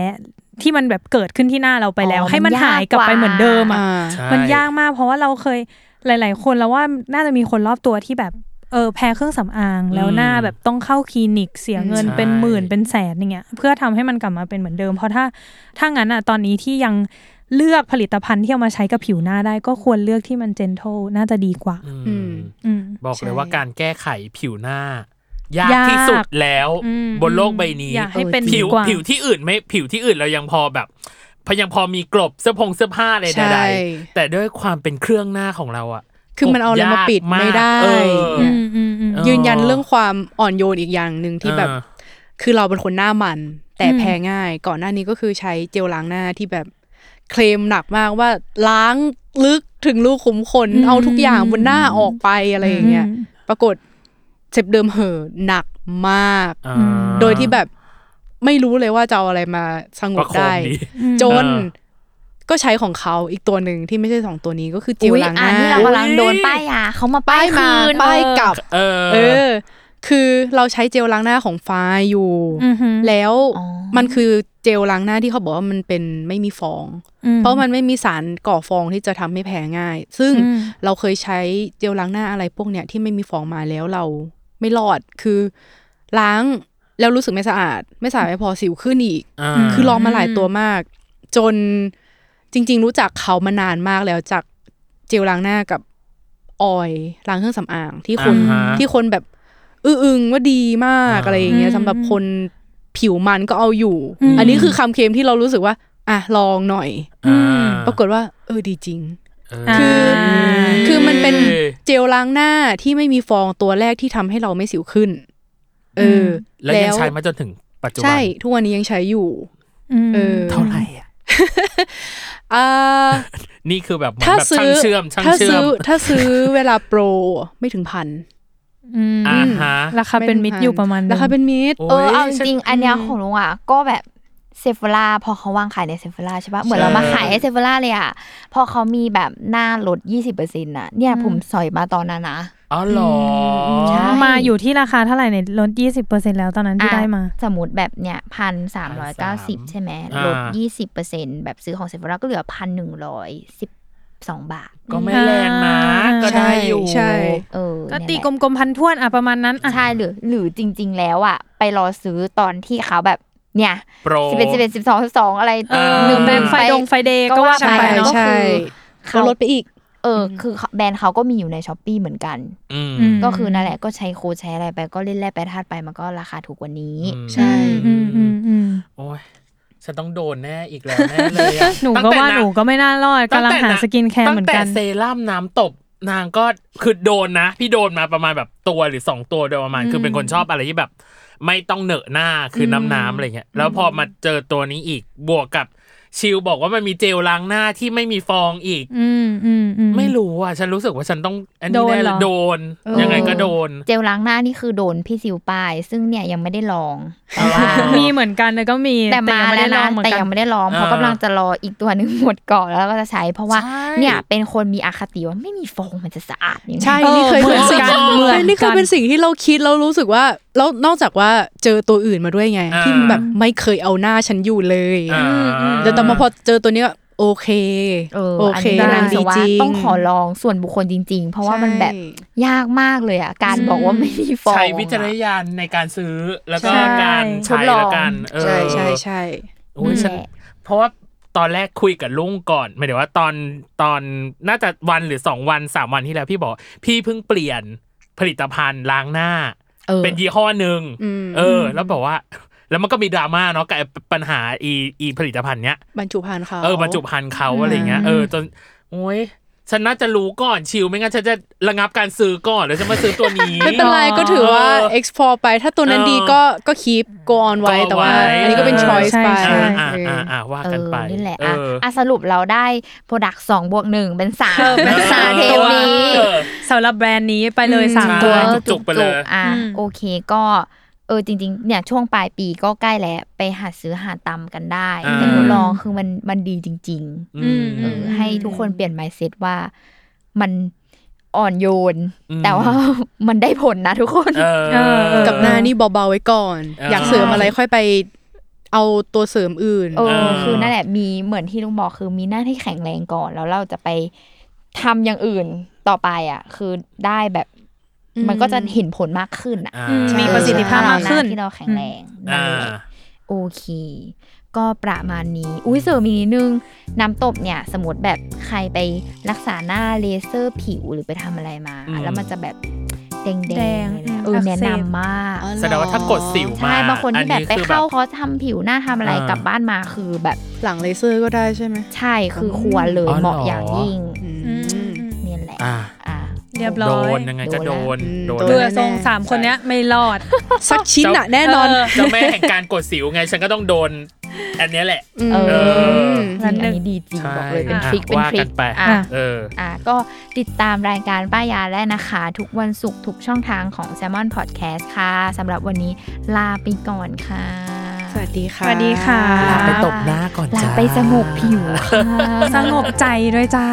Speaker 3: ที่มันแบบเกิดขึ้นที่หน้าเราไปแล้ว
Speaker 2: อ๋อ
Speaker 3: ให้มัน
Speaker 2: มันยาก
Speaker 3: หายกลับไป
Speaker 2: กว่า
Speaker 3: เหมือนเดิมอะ
Speaker 4: อ่า
Speaker 5: ใช่
Speaker 3: มันยากมากเพราะว่าเราเคยหลาย ๆ คนแล้วว่าน่าจะมีคนรอบตัวที่แบบเออแพ้เครื่องสำอางแล้วหน้าแบบต้องเข้าคลินิกเสียเงิน
Speaker 5: ใช่
Speaker 3: เป็นหมื่นเป็นแสนอย่างเงี้ยเพื่อทำให้มันกลับมาเป็นเหมือนเดิม เพราะถ้าถ้างั้นอ่ะตอนนี้ที่ยังเลือกผลิตภัณฑ์ที่เอามาใช้กับผิวหน้าได้ก็ควรเลือกที่มันเจนท l น่าจะดีกว่า
Speaker 5: อืม
Speaker 4: อืม
Speaker 3: อืม
Speaker 5: บอกเลย
Speaker 4: ใช่
Speaker 5: ว่าการแก้ไขผิวหน้า ยาย
Speaker 3: าก ก
Speaker 5: ที่สุดแล้ว
Speaker 3: อืม
Speaker 5: บนโลกใบนี้
Speaker 3: อย่าให้เป็น
Speaker 5: ผิว
Speaker 3: ดีกว่า
Speaker 5: ผิวที่อื่นไม่ผิวที่อื่นเรายังพอแบบพยังพอมีกลบเสื้อผงเสื้อผ้าอะไร
Speaker 4: ใช่
Speaker 5: ใดๆแต่ด้วยความเป็นเครื่องหน้าของเราอะ
Speaker 4: คือมันเอาอะไรมาปิดไม่ได้
Speaker 5: เอออ
Speaker 3: อืมอืมอืม
Speaker 5: เออ
Speaker 4: ยืนยันเรื่องความอ่อนโยนอีกอย่างหนึ่งที่แบบ
Speaker 5: อ่า
Speaker 4: คือเราเป็นคนหน้ามัน แต่
Speaker 3: อืม
Speaker 4: แพ้ง่าย ก่อนหน้านี้ก็คือใช้เจลล้างหน้าที่แบบเคลมหนักมากว่าล้างลึกถึงรูขุมขนเอาทุกอย่างบนหน้าออกไปอะไรอย่างเงี้ยปรากฏเจ็บเดิมเหอะหนักมาก
Speaker 5: อ่า
Speaker 4: โดยที่แบบไม่รู้เลยว่าจะเอาอะไรมาสงบได้
Speaker 5: ประโคมดี
Speaker 4: จน
Speaker 5: เออ
Speaker 4: ก็ใช้ของเขาอีกตัวหนึ่งที่ไม่ใช่สองตัวนี้ก็คือเจล
Speaker 2: อุ๊ย
Speaker 4: ล้างห
Speaker 2: อัน
Speaker 4: น้า
Speaker 2: นี้เรากำลังโดนป้ายยาเขามาป้า
Speaker 4: ป้าย ยมา
Speaker 2: คืน
Speaker 4: ป้าย
Speaker 2: เออก
Speaker 4: ลับ
Speaker 5: เออ
Speaker 4: เออ คือเราใช้เจลล้างหน้าของฟ้าอยู่
Speaker 3: อือหือ
Speaker 4: แล้ว
Speaker 2: อ๋อ
Speaker 4: มันคือเจลล้างหน้าที่เขาบอกว่ามันเป็นไม่มีฟอง
Speaker 3: อื
Speaker 4: เพราะมันไม่มีสารก่อฟองที่จะทำให้แพ้ง่าย ซึ่ง
Speaker 3: อืม
Speaker 4: เราเคยใช้เจลล้างหน้าอะไรพวกเนี้ยที่ไม่มีฟองมาแล้วเราไม่รอด คือล้างแล้วรู้สึกไม่สะอาด ไม่สะอาดไม่พอสิวขึ้นอีก
Speaker 5: อ่า
Speaker 4: คือลองมาหลายตัวมาก จนจริง ๆ รู้จักเขามานานมากแล้วจากเจลล้างหน้ากับออยล์ล้างเครื่องสำอางที่คน
Speaker 5: อ่าฮะ
Speaker 4: ที่คนแบบอื้ออึงว่าดีมาก
Speaker 5: อ่า
Speaker 4: อะไรอย่างเงี้ยสำหรับคนผิวมันก็เอาอยู่
Speaker 3: ม
Speaker 4: อันนี้คือคำเค็มที่เรารู้สึกว่า อ่ะ ลองหน่อย
Speaker 3: อืม
Speaker 5: อ่า
Speaker 4: ปรากฏว่า เออดีจริง
Speaker 5: เออ
Speaker 4: คือ
Speaker 3: ม
Speaker 4: คือมันเป็น
Speaker 5: เออ
Speaker 4: เจลล้างหน้าที่ไม่มีฟองตัวแรกที่ทำให้เราไม่สิวขึ้น เอออ
Speaker 5: แล้วยังใช้มาจนถึงปัจจุบัน
Speaker 4: ใช่ ทุกวันนี้ยังใช้อยู่
Speaker 3: ม
Speaker 4: เออ
Speaker 5: เท่าไหร่อะ
Speaker 4: อ่า
Speaker 5: นี่คือแบบเหมือน
Speaker 4: ถ้า
Speaker 5: แบบ
Speaker 4: ซื้
Speaker 5: ช่าง
Speaker 4: อ
Speaker 5: เชื่อมช่าง
Speaker 4: ถ้า
Speaker 5: เชื่อ
Speaker 4: ซื้
Speaker 5: ม
Speaker 4: อถ้าซื้อเวลาโปรไม่ถึงพัน
Speaker 3: อืม
Speaker 5: อ่าฮะ
Speaker 3: ราคาเป็นมิตรอยู่ประมาณหนึ่ง
Speaker 4: ราคาเป็นมิตร
Speaker 2: เออเอาจริงๆอันเนี้ยของลุงอ่ะ ก็แบบเซฟล่าพอเขาวางขายในเซฟล่าใช่ปะเหมือนเรามาขายให้เซฟล่าเลยอ่ะ พอเขามีแบบหน้าลด 20%อ่ะ เนี่ยผมสอยมาตอนนั้นนะ
Speaker 5: อ๋อเหรออ
Speaker 2: มใช่
Speaker 3: มาอยู่ที่ราคาเท่าไหร่เนี่ยลด 20%แล้วตอนนั้นที่
Speaker 2: อ่ะ
Speaker 3: ได้มา
Speaker 2: สมมติแบบเนี่ยพันสามร้อยเก้าสิบใช่ไหมลดยี่สิบเปอร์เซ็นแบบซื้อของเซฟล่าก็เหลือพันหนึ่งร้อยสิบสองบาท
Speaker 5: ก็ไม่แรงนะ ก็
Speaker 4: ใช่
Speaker 5: ได้อยู่
Speaker 4: ใช่
Speaker 2: เออ
Speaker 3: ก็
Speaker 2: เนี่ย
Speaker 3: ตี
Speaker 2: แห
Speaker 3: ก
Speaker 2: ละ
Speaker 3: ลมๆพันท่วนอ่ะประมาณนั้นอ่ะ
Speaker 2: ใช่หรือหรือจริง ๆ แล้วอ่ะ ไปรอซื้อตอนที่เขาแบบเนี่ย
Speaker 5: โปร
Speaker 2: สิบเอ็ดสิบเอ็ดสิบสองสิบสองอะไร
Speaker 5: เออ
Speaker 2: หนึ่ง
Speaker 3: แบงค์ไฟดงไฟเดย์ก็ว่ากันไปเนอะ
Speaker 2: ก็
Speaker 4: ใช่ก็
Speaker 2: คือเขา
Speaker 4: ลดไปอีก
Speaker 2: เออคือแบรนด์เขาก็มีอยู่ในช้อปปีเหมือนกัน
Speaker 5: อืม
Speaker 3: ม
Speaker 2: ก็คือนั่นแหละก็ใช้โค้ดใช้อะไรไปก็เล่นแร่แปรธาตุไปมันก็ราคาถูกกว่านี้
Speaker 5: อืม
Speaker 4: ใช่
Speaker 3: อืมอืมอืม
Speaker 5: โอ้ยฉันต้องโดนแน่อีกแล้วแน่เลยอะ
Speaker 3: หนู
Speaker 5: ตั้ง
Speaker 3: ก็
Speaker 5: แต่
Speaker 3: ว่าหนูก็ไม่น่ารอด
Speaker 5: ตั้ง
Speaker 3: กำลัง
Speaker 5: แต่ะ
Speaker 3: หาสกินแคร์เหมือนกัน
Speaker 5: ตั้งแต่เซรั่มน้ำตบนางก็คือโดนนะ พี่โดนมาประมาณแบบตัวหรือสองตัวโดยประมาณคือเป็นคนชอบอะไรที่แบบ ไม่ต้องเหนอะหน้าคือน้ำน้ำๆอะไรเงี้ยแล้วพอมาเจอตัวนี้อีกบวกกับชิลบอกว่ามันมีเจลล้างหน้าที่ไม่มีฟองอีก
Speaker 3: อืมอืมอืม
Speaker 5: ไม่รู้อ่ะฉันรู้สึกว่าฉันต้องอัน
Speaker 3: โดน
Speaker 5: นี้แน่
Speaker 3: เห
Speaker 5: เล
Speaker 3: ร
Speaker 5: ย
Speaker 3: อ
Speaker 5: โดน
Speaker 4: เออ
Speaker 5: ยังไงก็โดน
Speaker 2: เจลล้างหน้านี่คือโดนพี่ซิวปาย ซึ่งเนี่ยยังไม่ได้ลอง แต่ว่า
Speaker 3: มีเหมือนกันเลยก็มี
Speaker 2: แต่มา
Speaker 3: ยังไม่
Speaker 2: แล้ว
Speaker 3: ได้ลอ
Speaker 2: นะ
Speaker 3: งเหมือ
Speaker 2: แต่
Speaker 3: นกัน
Speaker 2: ยังไม่ได้ลองเพราะ
Speaker 5: อ่าก
Speaker 2: กำลังจะรออีกตัวหนึ่งหมดก่อนแล้วก็จะใช้ เพราะว่า
Speaker 5: ใช่
Speaker 2: เนี่ยเป็นคนมีอคติว่าไม่มีฟองมันจะสะอาดยังไง
Speaker 4: ใช่
Speaker 3: เออ
Speaker 4: นี่เคยเป็นสิ่ง
Speaker 3: เหมือนกันเหมือนกัน
Speaker 4: นี่เคยเป็นสิ่งที่เราคิดแล้วรู้สึกว่า แล้วนอกจากว่าเจอตัวอื่นมาด้วยไง
Speaker 5: อ่า
Speaker 4: ที่แบบไม่เคยเอาหน้าฉันอยู่เลย
Speaker 5: อ่า
Speaker 4: แต่ต่อมาพอเจอตัวนี้ก็โอเค
Speaker 2: เออ
Speaker 4: โอ
Speaker 2: อัน
Speaker 4: เค
Speaker 2: นี้
Speaker 3: ได้
Speaker 2: นาน
Speaker 4: างง
Speaker 2: ดี
Speaker 4: ดี
Speaker 2: ว่า
Speaker 4: จริง
Speaker 2: ต้องขอลองส่วนบุคคลจริง ๆ เพราะว่ามันแบบยากมากเลยอ่ะ การบอกว่าไม่มีฟอง
Speaker 5: ใช้
Speaker 2: อะ
Speaker 5: วิจารณญาณในการซื้อแล้วก็
Speaker 3: ใช่
Speaker 5: การ
Speaker 2: ท
Speaker 5: ใช้
Speaker 2: ดลอง
Speaker 5: แล้วกันเออ
Speaker 4: ใช่ใช่ใช่
Speaker 5: โอ้ยฉัน
Speaker 2: นั่นแหละ
Speaker 5: เพราะว่าตอนแรกคุยกับลุงก่อนหมายถึงว่าตอนตอนน่าจะวันหรือสองวันสามวันที่แล้วพี่บอกพี่เพิ่งเปลี่ยนผลิตภัณฑ์ล้างหน้า
Speaker 2: เออ
Speaker 5: เป็นยี่ห้อหนึ่ง
Speaker 4: อืม
Speaker 5: เออ แล้วบอกว่า แล้วมันก็มีดราม่าเนาะกับไอ้ปัญหาอีอีผลิตภัณฑ์เนี้ย
Speaker 4: บรรจุภัณฑ์เขา
Speaker 5: เออบรรจุภัณฑ์เขาอะไรเงี้ยเออจนโอ้ยฉันน่าจะรู้ก่อนชิวไม่งั้นฉันจะระงับการซื้อก่อนแล้วฉันมาซื้อตัวนี้
Speaker 4: ไม่เป็นไรก็ถือว่า explore ไปถ้าตัวนั้นดีก็ก็ keep go on ไว้แต่ว่า
Speaker 5: go on ไว้
Speaker 4: อันนี้ก็เป็น choice
Speaker 3: ใช่
Speaker 4: ไป
Speaker 3: ใช่
Speaker 5: อ่า
Speaker 4: เอ
Speaker 5: อ่า
Speaker 4: ออ
Speaker 5: อ่าอ่าว่า
Speaker 2: เอ
Speaker 5: กัน
Speaker 2: อ
Speaker 5: ไป
Speaker 2: นี่แหละ
Speaker 5: เอ
Speaker 2: อ่ะ
Speaker 5: อ
Speaker 2: อ่ะสรุปเราได้โปรดักต์สองบวกหนึ่งเป็นสาม
Speaker 3: เออเป็นสาม
Speaker 2: เทปนี้
Speaker 5: เออ
Speaker 3: สำหรับแบรนด์นี้ไปเลย
Speaker 2: อืม
Speaker 3: สามตัว
Speaker 5: ใช่ จุกๆไปเลย
Speaker 2: อ่ะ
Speaker 3: อืม
Speaker 2: โอเคก็ เออจริงๆเนี่ยช่วงปลายปีก็ใกล้แล้วไปหาซื้อหาตำกันได้
Speaker 5: อ่า
Speaker 2: ไปทดลองคือมันมันดีจริง ๆ
Speaker 5: อืม
Speaker 2: เอออให้ทุกคนเปลี่ยน mindset ว่ามันอ่อนโยน
Speaker 5: อืม
Speaker 2: แต่ว่า มันได้ผลนะทุกคน
Speaker 5: เออ
Speaker 3: เออ
Speaker 4: กับหน้านี่เบาๆไว้ก่อน
Speaker 5: เออ
Speaker 4: อ
Speaker 5: อ
Speaker 4: ยากเสริมอะไรค่อยไปเอาตัวเสริมอื่น
Speaker 2: เอ
Speaker 5: เอ
Speaker 2: อ
Speaker 5: อ
Speaker 2: คือนั่นแหละมีเหมือนที่ลุงบอกคือมีหน้าที่แข็งแรงก่อน แล้วเราจะไปทำอย่างอื่นต่อไปอ่ะ คือได้แบบ
Speaker 4: อืม
Speaker 2: มันก็จะเห็นผลมากขึ้นอ่ะ
Speaker 5: อ่า
Speaker 3: อืมมีประสิทธิภาพมากขึ้น
Speaker 2: ที่เราแข็งแรงนั่
Speaker 5: อ่าน
Speaker 2: แหละ โอเค ก็ประมาณนี้ อุ้ยเสริมอีกนิดนึง น้ำตบเนี่ย สมมติแบบใครไปรักษาหน้าเลเซอร์ผิวหรือไปทำอะไรมา แล้วมันจะแบบแดงๆ
Speaker 3: แดง
Speaker 2: อะไรเนี่ย
Speaker 3: อืม
Speaker 2: เออ
Speaker 3: อักเสบ
Speaker 2: แนะนำมาก
Speaker 4: อ๋อเหรอ
Speaker 5: แสดงว่าถ้ากดสิวมา
Speaker 2: ใช่ บางคนที่แบบ
Speaker 5: อั
Speaker 2: ไป
Speaker 5: คือ
Speaker 2: เข้าคอร์สทำผิวหน้าทำอะไร
Speaker 5: อ่าก
Speaker 2: กลับบ้านมาคือแบบ
Speaker 4: หลังเลเซอร์ก็ได้ใช่ไหม
Speaker 2: ใช่คือควรเลย
Speaker 5: อ๋อเหรอ
Speaker 2: เหมาะอย่างยิ่ง
Speaker 4: อืม
Speaker 3: อืม
Speaker 2: เนี่ยแหละ
Speaker 5: อ่า
Speaker 2: อ่า
Speaker 3: เรียบร้
Speaker 5: โด
Speaker 3: อย
Speaker 5: นยังไงก็โดน
Speaker 4: โดน
Speaker 5: โดน
Speaker 3: เกลือทรงสามคนเนี้ยไม่รอด
Speaker 4: สักชิ้นอะแน่นอน
Speaker 3: เออ
Speaker 5: เจ้าแม่แห่งการกดสิวไงฉันก็ต้องโดน อันเนี้ยแหละ
Speaker 2: เออ
Speaker 4: ม
Speaker 2: จริงอันนี้ดีจริง
Speaker 5: ใช่
Speaker 2: บอกเลยเป็น
Speaker 5: อ่ะ
Speaker 2: ทริคเป็น
Speaker 5: ว่า
Speaker 2: ทริ
Speaker 5: กั
Speaker 2: คน
Speaker 5: ไป
Speaker 2: อ่ะ
Speaker 3: อ่ะ
Speaker 5: เออ
Speaker 2: อ่ะก็ติดตามรายการป้ายาได้นะคะ ทุกวันศุกร์ทุกช่องทางของ s ซ l m o n Podcast ค่ะสำหรับวันนี้ลาไปก่อนค่ะ
Speaker 4: สวัสดีค่ะ
Speaker 3: สวัสดีค่ะ
Speaker 2: ลา
Speaker 5: ไปตบหน้าก่อน
Speaker 2: ลา
Speaker 5: จ้า
Speaker 2: ไปสงบผิวค่ะ
Speaker 3: สงบใจด้วยจ้า